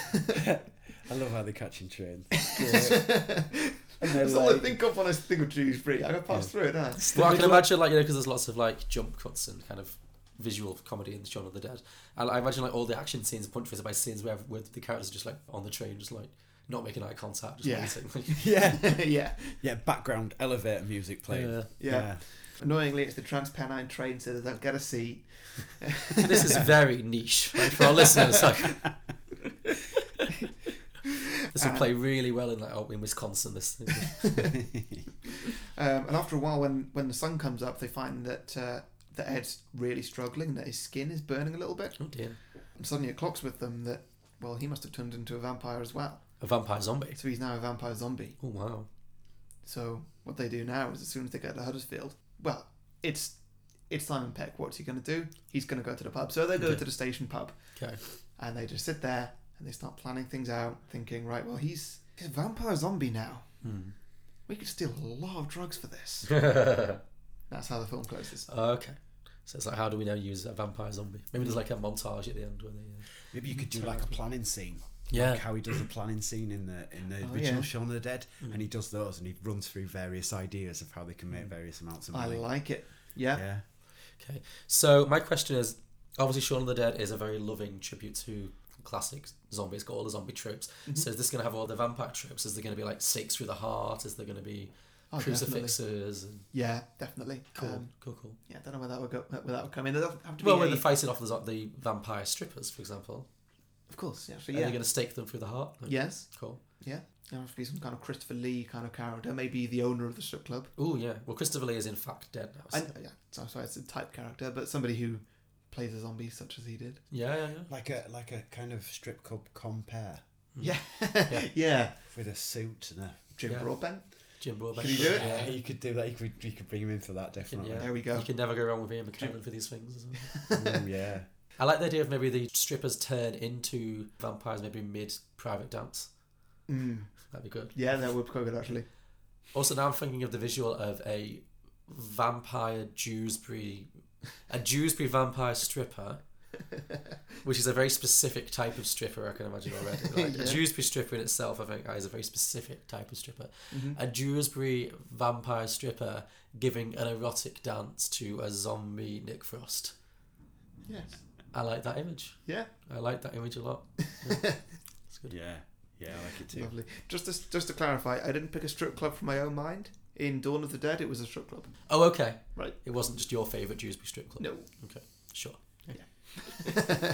Speaker 4: I love how they're catching trains.
Speaker 1: that's all I think of when I think of Dewsbury. I got passed through it. Huh?
Speaker 2: Well, I can imagine like you know because there's lots of like jump cuts and kind of visual comedy in Shaun of the Dead, and I imagine like all the action scenes punctuated by scenes where, where the characters are just like on the train, just like not making eye contact. Just
Speaker 1: Yeah.
Speaker 2: waiting.
Speaker 1: yeah, yeah,
Speaker 4: yeah. Background elevator music playing.
Speaker 2: Yeah.
Speaker 1: yeah. Annoyingly, it's the Transpennine train, so they don't get a seat.
Speaker 2: this is very niche right, for our listeners. Like, this will
Speaker 1: Um,
Speaker 2: play really well in like oh, in Wisconsin. This
Speaker 1: Um, and after a while, when, when the sun comes up, they find that uh, that Ed's really struggling, that his skin is burning a little bit.
Speaker 2: Oh dear!
Speaker 1: And suddenly it clocks with them that well, he must have turned into a vampire as well.
Speaker 2: a vampire zombie.
Speaker 1: So he's now a vampire zombie.
Speaker 2: Oh wow!
Speaker 1: So what they do now is, as soon as they get to Huddersfield, well, it's it's Simon Peck. What's he going to do? He's going to go to the pub. So they go
Speaker 2: Okay.
Speaker 1: to the station pub,
Speaker 2: Okay.
Speaker 1: and they just sit there and they start planning things out, thinking, right, well, he's he's a vampire zombie now.
Speaker 2: Hmm.
Speaker 1: We could steal a lot of drugs for this. That's how the film closes.
Speaker 2: okay. So it's like, how do we now use a vampire zombie? Maybe there's like a montage at the end where they. Uh,
Speaker 4: Maybe you could do like a planning scene.
Speaker 2: Yeah.
Speaker 4: Like how he does the planning scene in the in the
Speaker 1: Oh,
Speaker 4: original
Speaker 1: yeah.
Speaker 4: Shaun of the Dead, and he does those, and he runs through various ideas of how they can make various amounts of
Speaker 1: I
Speaker 4: money.
Speaker 1: like it. Yeah.
Speaker 4: Yeah.
Speaker 2: Okay. So my question is, obviously Shaun of the Dead is a very loving tribute to classic zombies. It's got all the zombie tropes.
Speaker 1: Mm-hmm.
Speaker 2: So is this going to have all the vampire tropes? Is there going to be like stakes through the heart? Is there going to be
Speaker 1: Oh, definitely.
Speaker 2: crucifixes? And...
Speaker 1: Yeah, definitely.
Speaker 2: Cool,
Speaker 1: Um,
Speaker 2: cool, cool.
Speaker 1: Yeah, don't know where that would go. Where that would come in. There'd have to be
Speaker 2: Well, when
Speaker 1: a-
Speaker 2: they're fighting off the, zo- the vampire strippers, for example,
Speaker 1: of course. Yeah. So
Speaker 2: are they
Speaker 1: yeah.
Speaker 2: going to stake them through the heart? No.
Speaker 1: Yes.
Speaker 2: Cool.
Speaker 1: Yeah. There have to be some kind of Christopher Lee kind of character. Maybe the owner of the strip club.
Speaker 2: Oh yeah. Well, Christopher Lee is in fact dead now.
Speaker 1: I,
Speaker 2: so-
Speaker 1: yeah, so- sorry, it's a type character, but somebody who plays a zombie such as he did.
Speaker 2: Yeah, yeah, yeah.
Speaker 4: Like a like a kind of strip club compare
Speaker 1: Yeah. yeah. yeah.
Speaker 4: with a suit and a.
Speaker 1: Jim
Speaker 2: Hmm. Yeah.
Speaker 1: Broadbent.
Speaker 2: Jim Broadbent.
Speaker 1: Can you do it?
Speaker 2: Yeah.
Speaker 4: Yeah, you could do that. You could you could bring him in for that
Speaker 2: Can-
Speaker 4: definitely.
Speaker 2: yeah.
Speaker 1: There we go.
Speaker 2: You can never go wrong with Ian McKellen for these things. Isn't it?
Speaker 4: Mm, yeah.
Speaker 2: I like the idea of maybe the strippers turn into vampires, maybe mid private dance.
Speaker 1: Mm.
Speaker 2: That'd be good.
Speaker 1: Yeah, that would be quite good actually.
Speaker 2: Also, now I'm thinking of the visual of a vampire Dewsbury, a Dewsbury vampire stripper, which is a very specific type of stripper. I can imagine already. Like, A
Speaker 1: Yeah.
Speaker 2: Dewsbury stripper in itself, I think, is a very specific type of stripper.
Speaker 1: Mm-hmm.
Speaker 2: A Dewsbury vampire stripper giving an erotic dance to a zombie Nick Frost.
Speaker 1: Yes.
Speaker 2: I like that image.
Speaker 1: Yeah.
Speaker 2: I like that image a lot.
Speaker 4: Yeah. Yeah, I like it too.
Speaker 1: Lovely. Just to, just to clarify, I didn't pick a strip club from my own mind. In Dawn of the Dead, it was a strip club.
Speaker 2: Oh, okay.
Speaker 1: Right.
Speaker 2: It wasn't just your favourite Dewsbury strip club.
Speaker 1: No.
Speaker 2: Okay. Sure.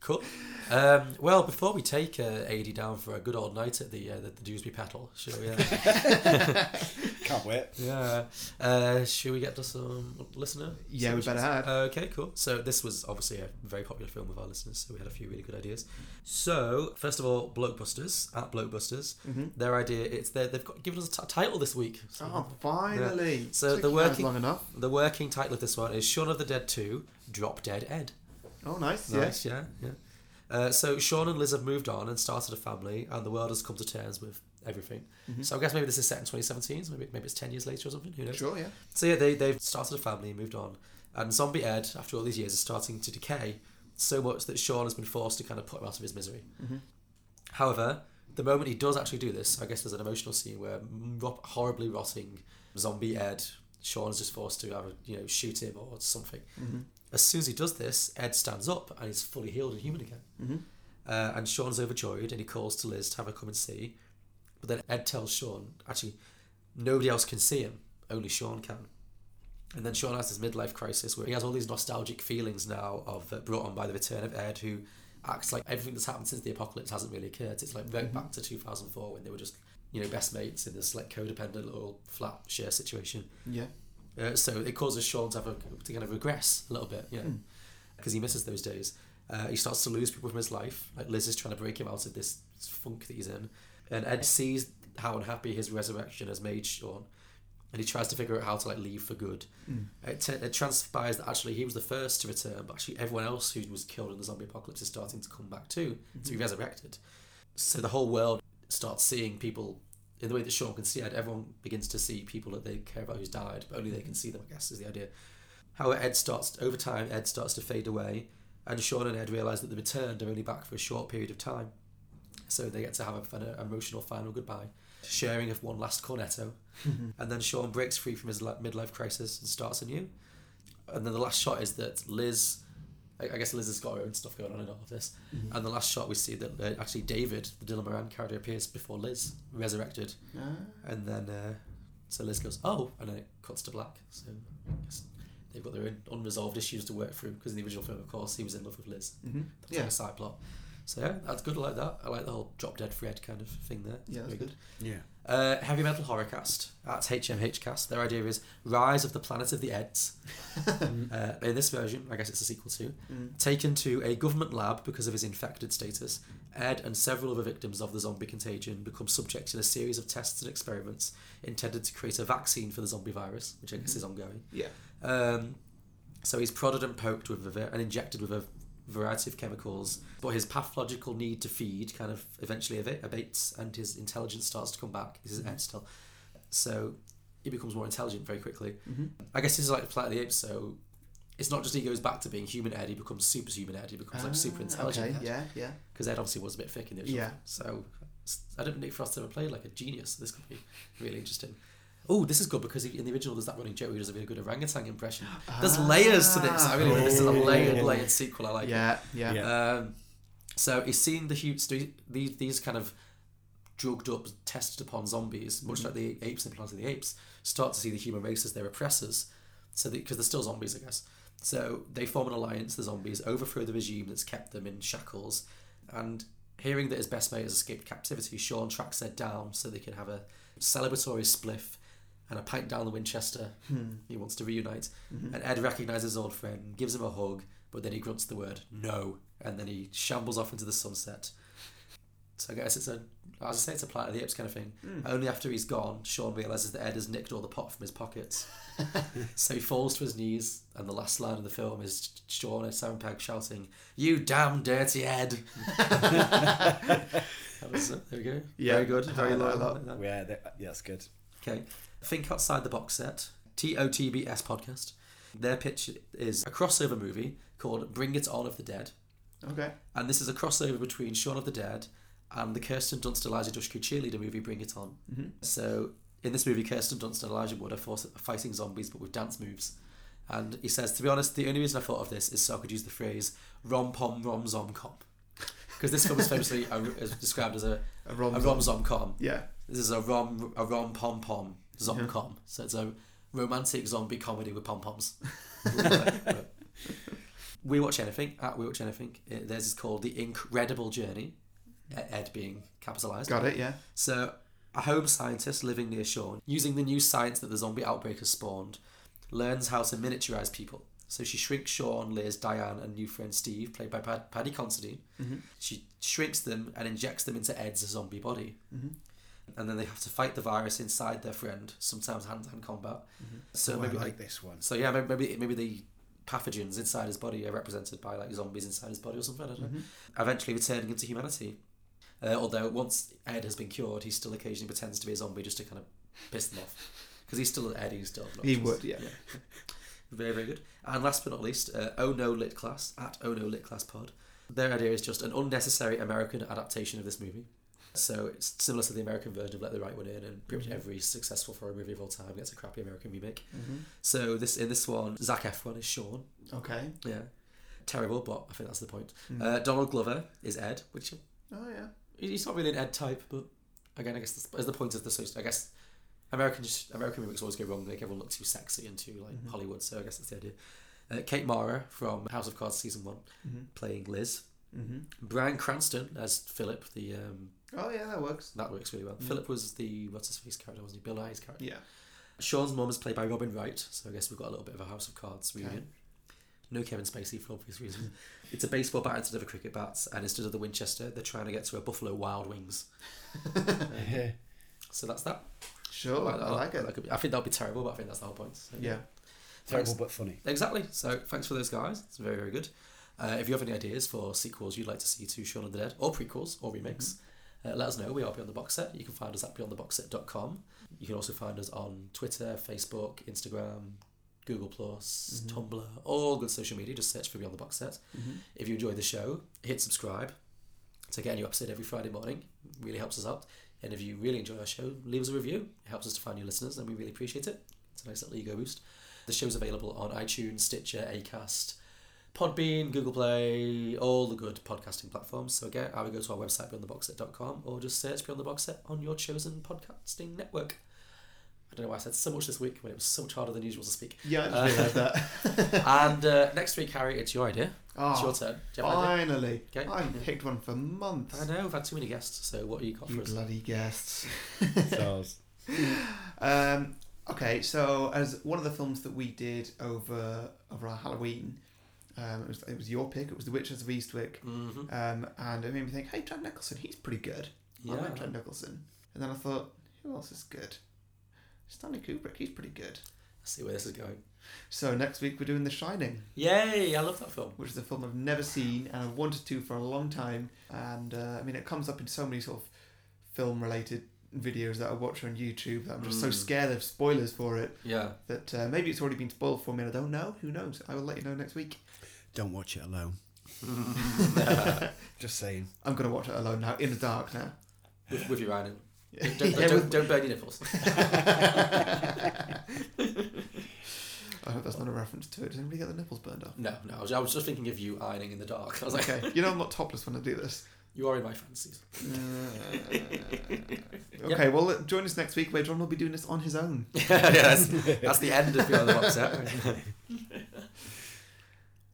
Speaker 2: Cool. Um, well, before we take uh, AD down for a good old night at the uh, the, the Dewsbury Petal, shall we? Uh,
Speaker 4: Can't wait.
Speaker 2: yeah. Uh, shall we get to some listener?
Speaker 1: Yeah, we better
Speaker 2: suggestions?
Speaker 1: had.
Speaker 2: Okay, cool. So this was obviously a very popular film with our listeners, so we had a few really good ideas. So first of all, Blokebusters at Blokebusters, their idea it's their, they've got given us a t- title this week. So
Speaker 1: Mm-hmm. Oh, finally.
Speaker 2: yeah. So
Speaker 1: Took
Speaker 2: the
Speaker 1: you guys
Speaker 2: working
Speaker 1: long enough.
Speaker 2: the working title of this one is Shaun of the Dead Two: Drop Dead Ed.
Speaker 1: Oh, nice. Yes.
Speaker 2: Nice, yeah, yeah. Uh, so Sean and Liz have moved on and started a family, and the world has come to terms with everything.
Speaker 1: Mm-hmm.
Speaker 2: So I guess maybe this is set in 2017, so maybe maybe it's 10 years later or something. Who knows?
Speaker 1: Sure. Yeah.
Speaker 2: So yeah, they they've started a family and moved on, and zombie Ed, after all these years, is starting to decay so much that Sean has been forced to kind of put him out of his misery.
Speaker 1: Mm-hmm.
Speaker 2: However, the moment he does actually do this, I guess there's an emotional scene where ro- horribly rotting zombie
Speaker 1: Mm-hmm.
Speaker 2: Ed, Sean's just forced to either, you know shoot him or something.
Speaker 1: Mm-hmm.
Speaker 2: As soon as he does this, Ed stands up and is fully healed and human again. Uh, and Sean's overjoyed and he calls to Liz to have her come and see. But then Ed tells Sean, actually, nobody else can see him, only Sean can. And then Sean has this midlife crisis where he has all these nostalgic feelings now of uh, brought on by the return of Ed, who acts like everything that's happened since the apocalypse hasn't really occurred. It's like right back to 2004 when they were just, you know, best mates in this like codependent little flat share situation.
Speaker 1: Yeah.
Speaker 2: Uh, so it causes Sean to have a, to kind of regress a little bit, you know, because he misses those days. Uh, he starts to lose people from his life. Like Liz is trying to break him out of this funk that he's in, and Ed sees how unhappy his resurrection has made Sean, and he tries to figure out how to like leave for good. It, t- it transpires that actually he was the first to return, but actually everyone else who was killed in the zombie apocalypse is starting to come back too, to be resurrected. So the whole world starts seeing people in the way that Sean can see Ed. Everyone begins to see people that they care about who's died, but only they can see them. I guess is the idea. How Ed starts over time, Ed starts to fade away, and Sean and Ed realize that the returned are only back for a short period of time. So they get to have an emotional final goodbye, sharing of one last cornetto, and then Sean breaks free from his li- midlife crisis and starts anew. And then the last shot is that Liz I, I guess Liz has got her own stuff going on in all of this.
Speaker 1: Mm-hmm.
Speaker 2: And the last shot we see that uh, actually David, the Dylan Moran character, appears before Liz resurrected,
Speaker 1: Ah.
Speaker 2: and then uh, so Liz goes oh, and then it cuts to black. So I guess they've got their own unresolved issues to work through because in the original film, of course, he was in love with Liz.
Speaker 1: Mhm.
Speaker 2: That was like
Speaker 1: Yeah.
Speaker 2: a side plot. So yeah, that's good. I like that. I like the whole drop dead Fred kind of thing there.
Speaker 1: Yeah, that's
Speaker 2: Very
Speaker 1: good.
Speaker 4: Yeah.
Speaker 2: Uh, heavy metal horror cast. That's HMH cast. Their idea is Rise of the Planet of the Eds. uh, in this version, I guess it's a sequel to,
Speaker 1: Mm.
Speaker 2: taken to a government lab because of his infected status, Ed and several other victims of the zombie contagion become subject to a series of tests and experiments intended to create a vaccine for the zombie virus, which I guess
Speaker 1: Mhm.
Speaker 2: is ongoing.
Speaker 1: Yeah.
Speaker 2: Um, so he's prodded and poked with a ver- and injected with a variety of chemicals, but his pathological need to feed kind of eventually eva- abates, and his intelligence starts to come back. This is
Speaker 1: Mm-hmm.
Speaker 2: Ed still, so he becomes more intelligent very quickly.
Speaker 1: Mhm.
Speaker 2: I guess this is like the Planet of the Apes, so it's not just he goes back to being human Ed; he becomes superhuman Ed. He becomes
Speaker 1: Ah,
Speaker 2: like super intelligent.
Speaker 1: okay, yeah, yeah.
Speaker 2: Because Ed obviously was a bit thick in the original.
Speaker 1: Yeah.
Speaker 2: film. So s- I don't think Nick Frost ever played like a genius. This could be really interesting. Oh, this is good because he, in the original there's that running joke who does a really good orangutan impression.
Speaker 1: Ah.
Speaker 2: There's layers to this. I really think this is a layered,
Speaker 1: Oh.
Speaker 2: layered sequel. I like.
Speaker 1: Yeah,
Speaker 2: it.
Speaker 1: yeah.
Speaker 2: Um, so he's seen the huge these these kind of drugged up, tested upon zombies, much
Speaker 1: Mhm.
Speaker 2: like the apes in Planet of the Apes, start to see the human race as their oppressors. So because they're still zombies, I guess. So they form an alliance. The zombies overthrow the regime that's kept them in shackles, and hearing that his best mate has escaped captivity, Sean tracks Ed down so they can have a celebratory spliff and a pint down the Winchester.
Speaker 1: Hmm.
Speaker 2: He wants to reunite,
Speaker 1: Mhm.
Speaker 2: and Ed recognizes his old friend, gives him a hug, but then he grunts the word "no," and then he shambles off into the sunset. So I guess it's a, as I say, it's a Planet of the Apes kind of thing.
Speaker 1: Mm.
Speaker 2: Only after he's gone, Sean realizes that Ed has nicked all the pot from his pockets. so he falls to his knees, and the last line of the film is Sean and Simon Pegg shouting, "You damn dirty Ed!" that was it. There we go.
Speaker 4: Yeah,
Speaker 2: very good.
Speaker 4: I
Speaker 2: Very
Speaker 4: like
Speaker 2: low.
Speaker 4: that. Yeah, that- yeah, that's good.
Speaker 2: Okay. Think Outside the Box Set, TOTBS podcast. Their pitch is a crossover movie called Bring It On of the Dead.
Speaker 1: Okay.
Speaker 2: And this is a crossover between Shaun of the Dead and the Kirsten Dunst Elijah Dushku cheerleader movie Bring It On.
Speaker 1: Mhm.
Speaker 2: So in this movie, Kirsten Dunst and Elijah Wood are force- are fighting zombies but with dance moves. And he says, to be honest, the only reason I thought of this is so I could use the phrase rom pom rom zom cop. Because this film is famously uh, is described as a,
Speaker 1: A rom-zom.
Speaker 2: zom com.
Speaker 1: Yeah.
Speaker 2: This is a rom a rom pom pom zom com. So it's a romantic zombie comedy with pom poms. we watch anything at we watch anything. Uh, Theirs is called the Incredible Journey. E- Ed being capitalized.
Speaker 1: Got it, yeah.
Speaker 2: So a home scientist living near Sean, using the new science that the zombie outbreak has spawned, learns how to miniaturize people. So she shrinks Sean, Liz, Diane, and new friend Steve, played by Pad- Paddy Considine.
Speaker 4: Mm-hmm.
Speaker 1: Mhm.
Speaker 2: She shrinks them and injects them into Ed's zombie body
Speaker 4: Mm-hmm.
Speaker 1: Mhm.
Speaker 2: and then they have to fight the virus inside their friend, sometimes hand to hand combat.
Speaker 4: Mhm.
Speaker 2: So
Speaker 4: Oh, I
Speaker 2: maybe
Speaker 4: like this one.
Speaker 2: Um, So yeah, maybe maybe, maybe the pathogens inside his body are represented by like zombies inside his body or something. I don't know. Eventually returning him to humanity. Uh, although once Ed has been cured, he still occasionally pretends to be a zombie just to kind of piss them off because he's still an Ed. He's still
Speaker 1: He
Speaker 2: obnoxious.
Speaker 1: would, yeah.
Speaker 2: Very, very good. And last but not least, uh, Oh No Lit Class at Oh No Lit Class Pod. Their idea is just an unnecessary American adaptation of this movie. So it's similar to the American version of Let the Right One In, and pretty much
Speaker 1: Mhm.
Speaker 2: every successful foreign movie of all time gets a crappy American remake.
Speaker 1: Mhm.
Speaker 2: So this in this one, Zach Efron is Sean.
Speaker 1: Okay.
Speaker 2: Yeah. Terrible, but I think that's the point.
Speaker 1: Mm.
Speaker 2: Uh, Donald Glover is Ed, which
Speaker 1: Oh, yeah.
Speaker 2: he- he's not really an Ed type, but again, I guess that's, that's the point of the social. I guess American just, American remakes always go wrong. They make everyone look too sexy and too like
Speaker 1: Mhm.
Speaker 2: Hollywood. So I guess that's the idea. Uh, Kate Mara from House of Cards season one,
Speaker 1: Mhm.
Speaker 2: playing Liz.
Speaker 1: Mhm.
Speaker 2: Brian Cranston as Philip. The um,
Speaker 1: Oh, yeah, that works.
Speaker 2: that works really well.
Speaker 1: Yeah.
Speaker 2: Philip was the what's his face character, wasn't he? Bill Nye's character.
Speaker 1: Mm-hmm. Yeah.
Speaker 2: Sean's mum is played by Robin Wright, so I guess we've got a little bit of a House of Cards
Speaker 1: Okay.
Speaker 2: reunion. No Kevin Spacey for obvious reasons. it's a baseball bat instead of a cricket bat, and instead of the Winchester, they're trying to get to a Buffalo Wild Wings. Um, so that's that.
Speaker 1: Sure,
Speaker 2: that.
Speaker 1: I like it.
Speaker 2: That could be- I think that'll be terrible, but I think that's the whole point. So,
Speaker 1: Yeah.
Speaker 4: Terrible but funny.
Speaker 2: Exactly. So thanks for those guys. It's very very good. Uh, if you have any ideas for sequels you'd like to see to Shaun of the Dead or prequels or remakes,
Speaker 1: Mm-hmm.
Speaker 2: uh, let us know. We are Beyond the Box Set. You can find us at beyondtheboxset.com. You can also find us on Twitter, Facebook, Instagram, Google Plus,
Speaker 1: Mhm.
Speaker 2: Tumblr, all good social media. Just search for Beyond the Box Set.
Speaker 1: Mhm.
Speaker 2: If you enjoy the show, hit subscribe to get a new episode every Friday morning. It really helps us out. And if you really enjoy our show, leave us a review. It helps us to find new listeners, and we really appreciate it. It's a nice little ego boost. The show's available on iTunes, Stitcher, Acast, Podbean, Google Play, all the good podcasting platforms. So again, either go to our website beyondtheboxset.com or just search Beyond the Box Set on your chosen podcasting network. I don't know why I said so much this week when it was so much harder than usual to speak.
Speaker 1: Yeah, I just realised
Speaker 2: that. and uh, next week, Harry, it's your idea. it's
Speaker 1: Ah,
Speaker 2: your turn. Do you have an idea?
Speaker 1: finally.
Speaker 2: Okay.
Speaker 1: I haven't picked one for months.
Speaker 2: I know, we've had too many guests, so what have you got
Speaker 1: You
Speaker 2: for us?
Speaker 1: bloody guests. um, okay, so as one of the films that we did over over our Halloween, um, it was it was your pick. It was The Witches of Eastwick,
Speaker 2: Mhm.
Speaker 1: um, and it made me think, hey, Jack Nicholson, he's pretty good. I
Speaker 2: Yeah.
Speaker 1: like Jack Nicholson. And then I thought, who else is good? Stanley Kubrick, he's pretty good.
Speaker 2: I see where this is going.
Speaker 1: So next week we're doing The Shining.
Speaker 2: Yay, I love that film.
Speaker 1: Which is a film I've never seen and I've wanted to for a long time. And uh, I mean, it comes up in so many sort of film related videos that I watch on YouTube that I'm just so
Speaker 2: Mm.
Speaker 1: scared of spoilers for it.
Speaker 2: Yeah.
Speaker 1: That uh, maybe it's already been spoiled for me and I don't know. Who knows? I will let you know next week.
Speaker 4: Don't watch it alone. Just saying.
Speaker 1: I'm going to watch it alone now, in the dark now.
Speaker 2: With, with your eye in.
Speaker 1: Yeah.
Speaker 2: Don't,
Speaker 1: Yeah,
Speaker 2: don't,
Speaker 1: with-
Speaker 2: don't burn your nipples.
Speaker 1: I hope that's not a reference to it. Does anybody get the nipples burned off?
Speaker 2: no, no, I was, I was just thinking of you ironing in the dark. I was like,
Speaker 1: okay. You know I'm not topless when I do this.
Speaker 2: you are in my fantasies.
Speaker 1: Okay, well, uh, join us next week where John will be doing this on his own.
Speaker 2: yeah, that's, that's the end of Beyond the Box Set.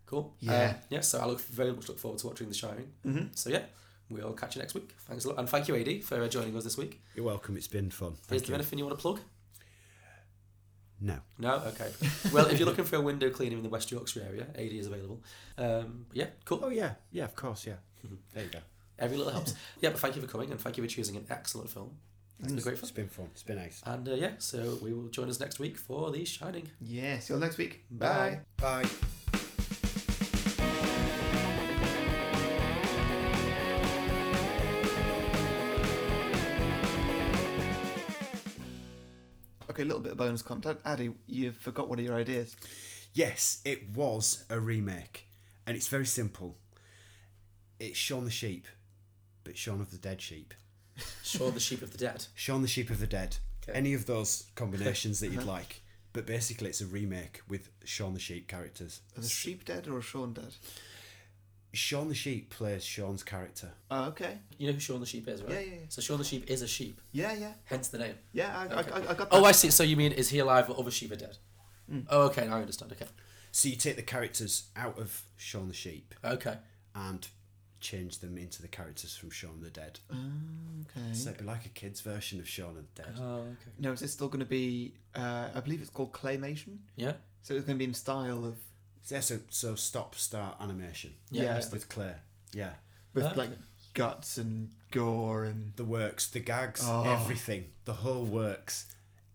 Speaker 2: cool.
Speaker 1: Yeah.
Speaker 2: Um, yeah, so I look very much look forward to watching The Shining.
Speaker 1: Mhm.
Speaker 2: So, yeah, we'll catch you next week. Thanks a lot. And thank you, AD, for uh, joining us this week.
Speaker 4: You're welcome. It's been fun.
Speaker 2: Is
Speaker 4: Thank
Speaker 2: there
Speaker 4: you.
Speaker 2: anything you want to plug?
Speaker 4: No.
Speaker 2: No? Okay. Well, if you're looking for a window cleaner in the West Yorkshire area, AD is available. Um, yeah, cool.
Speaker 4: Oh yeah, yeah, of course, yeah. there you go.
Speaker 2: Every little helps. yeah, but thank you for coming and thank you for choosing an excellent film. It's been great fun.
Speaker 4: It's been fun. It's been nice.
Speaker 2: And uh, yeah, so we will join us next week for The Shining.
Speaker 1: Yeah, see you all next week.
Speaker 2: Bye.
Speaker 4: Bye.
Speaker 1: Okay, a little bit of bonus content. Addy, you forgot one of your ideas.
Speaker 4: Yes, it was a remake, and it's very simple. It's Shaun the Sheep, but Shaun of the Dead Sheep.
Speaker 2: Shaun the Sheep of the Dead.
Speaker 4: Shaun the Sheep of the Dead.
Speaker 2: Okay.
Speaker 4: Any of those combinations that you'd
Speaker 1: Uh-huh.
Speaker 4: like. But basically, it's a remake with Shaun the Sheep characters.
Speaker 1: Are the sheep dead or is Sean dead?
Speaker 4: Shaun the Sheep plays Shaun's character.
Speaker 1: Oh, okay.
Speaker 2: You know who Shaun the Sheep is, right?
Speaker 1: Yeah, yeah, yeah.
Speaker 2: So Shaun the Sheep is a sheep.
Speaker 1: Yeah, yeah.
Speaker 2: Hence the name.
Speaker 1: Yeah, I,
Speaker 2: Okay.
Speaker 1: I, I, I got that. Mm.
Speaker 2: Oh, I see. So you mean is he alive or other sheep are dead? Oh, okay. Now I understand. Okay.
Speaker 4: So you take the characters out of Shaun the Sheep
Speaker 2: Okay.
Speaker 4: and change them into the characters from Shaun the Dead.
Speaker 1: Okay.
Speaker 4: So it'd be like a kid's version of Shaun of the Dead.
Speaker 2: Ah, Oh, okay.
Speaker 1: No, is this still going to be? Uh, I believe it's called claymation.
Speaker 2: Yeah.
Speaker 1: So it's going to be in style of
Speaker 4: Yeah, so, so stop start animation.
Speaker 1: Yeah. Yeah.
Speaker 4: with Claire. Yeah,
Speaker 1: with
Speaker 2: Okay.
Speaker 1: like guts and gore and
Speaker 4: the works, the gags,
Speaker 1: Oh.
Speaker 4: everything, the whole works,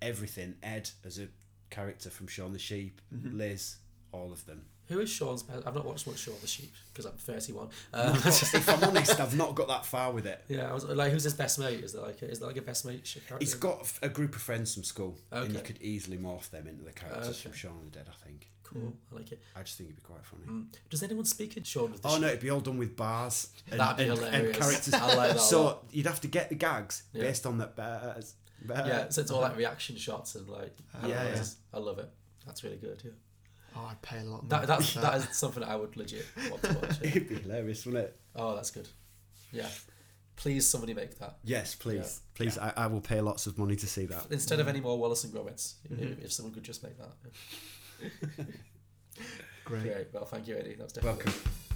Speaker 4: everything. Ed as a character from Shaun the Sheep,
Speaker 2: Mm-hmm.
Speaker 4: Liz, all of them.
Speaker 2: Who is Shaun's? pe- I've not watched much Shaun the Sheep because I'm 31. Um,
Speaker 4: if I'm honest, I've not got that far with it.
Speaker 2: yeah. I was like, who's his best mate? Is that like a, is that like a best mate ship character?
Speaker 4: He's got f- a group of friends from school, and you
Speaker 2: Okay.
Speaker 4: could easily morph them into the characters from
Speaker 2: Okay.
Speaker 4: Shaun of the Dead. I think.
Speaker 2: cool. I like it.
Speaker 4: I just think it'd be quite funny.
Speaker 2: Does anyone speak in Shaun of the
Speaker 4: Oh
Speaker 2: Sheep?
Speaker 4: no, it'd be all done with bars and,
Speaker 2: That'd be
Speaker 4: and, and
Speaker 2: hilarious.
Speaker 4: characters.
Speaker 2: I like that a
Speaker 4: so
Speaker 2: lot.
Speaker 4: you'd have to get the gags
Speaker 2: Yeah.
Speaker 4: based on the bars. bars.
Speaker 2: Yeah. So it's all like reaction shots and like. I
Speaker 4: uh, uh-huh. Yeah,
Speaker 2: love
Speaker 4: yeah.
Speaker 2: it. I love it. That's really good. Yeah.
Speaker 1: oh, I'd pay a lot. of money
Speaker 2: That, that's,
Speaker 4: Uh-huh.
Speaker 1: for
Speaker 2: that is something I would legit want to watch. yeah.
Speaker 4: It'd be hilarious, wouldn't it?
Speaker 2: Oh, that's good. Yeah. Please, somebody make that.
Speaker 4: Yes, please. Please, I, I will pay lots of money to see that.
Speaker 2: Instead of any more Wallace and Gromits,
Speaker 4: Mm-hmm.
Speaker 2: if, if someone could just make that.
Speaker 1: great.
Speaker 2: Great. Well, thank you, Eddie. That was definitely
Speaker 4: Welcome.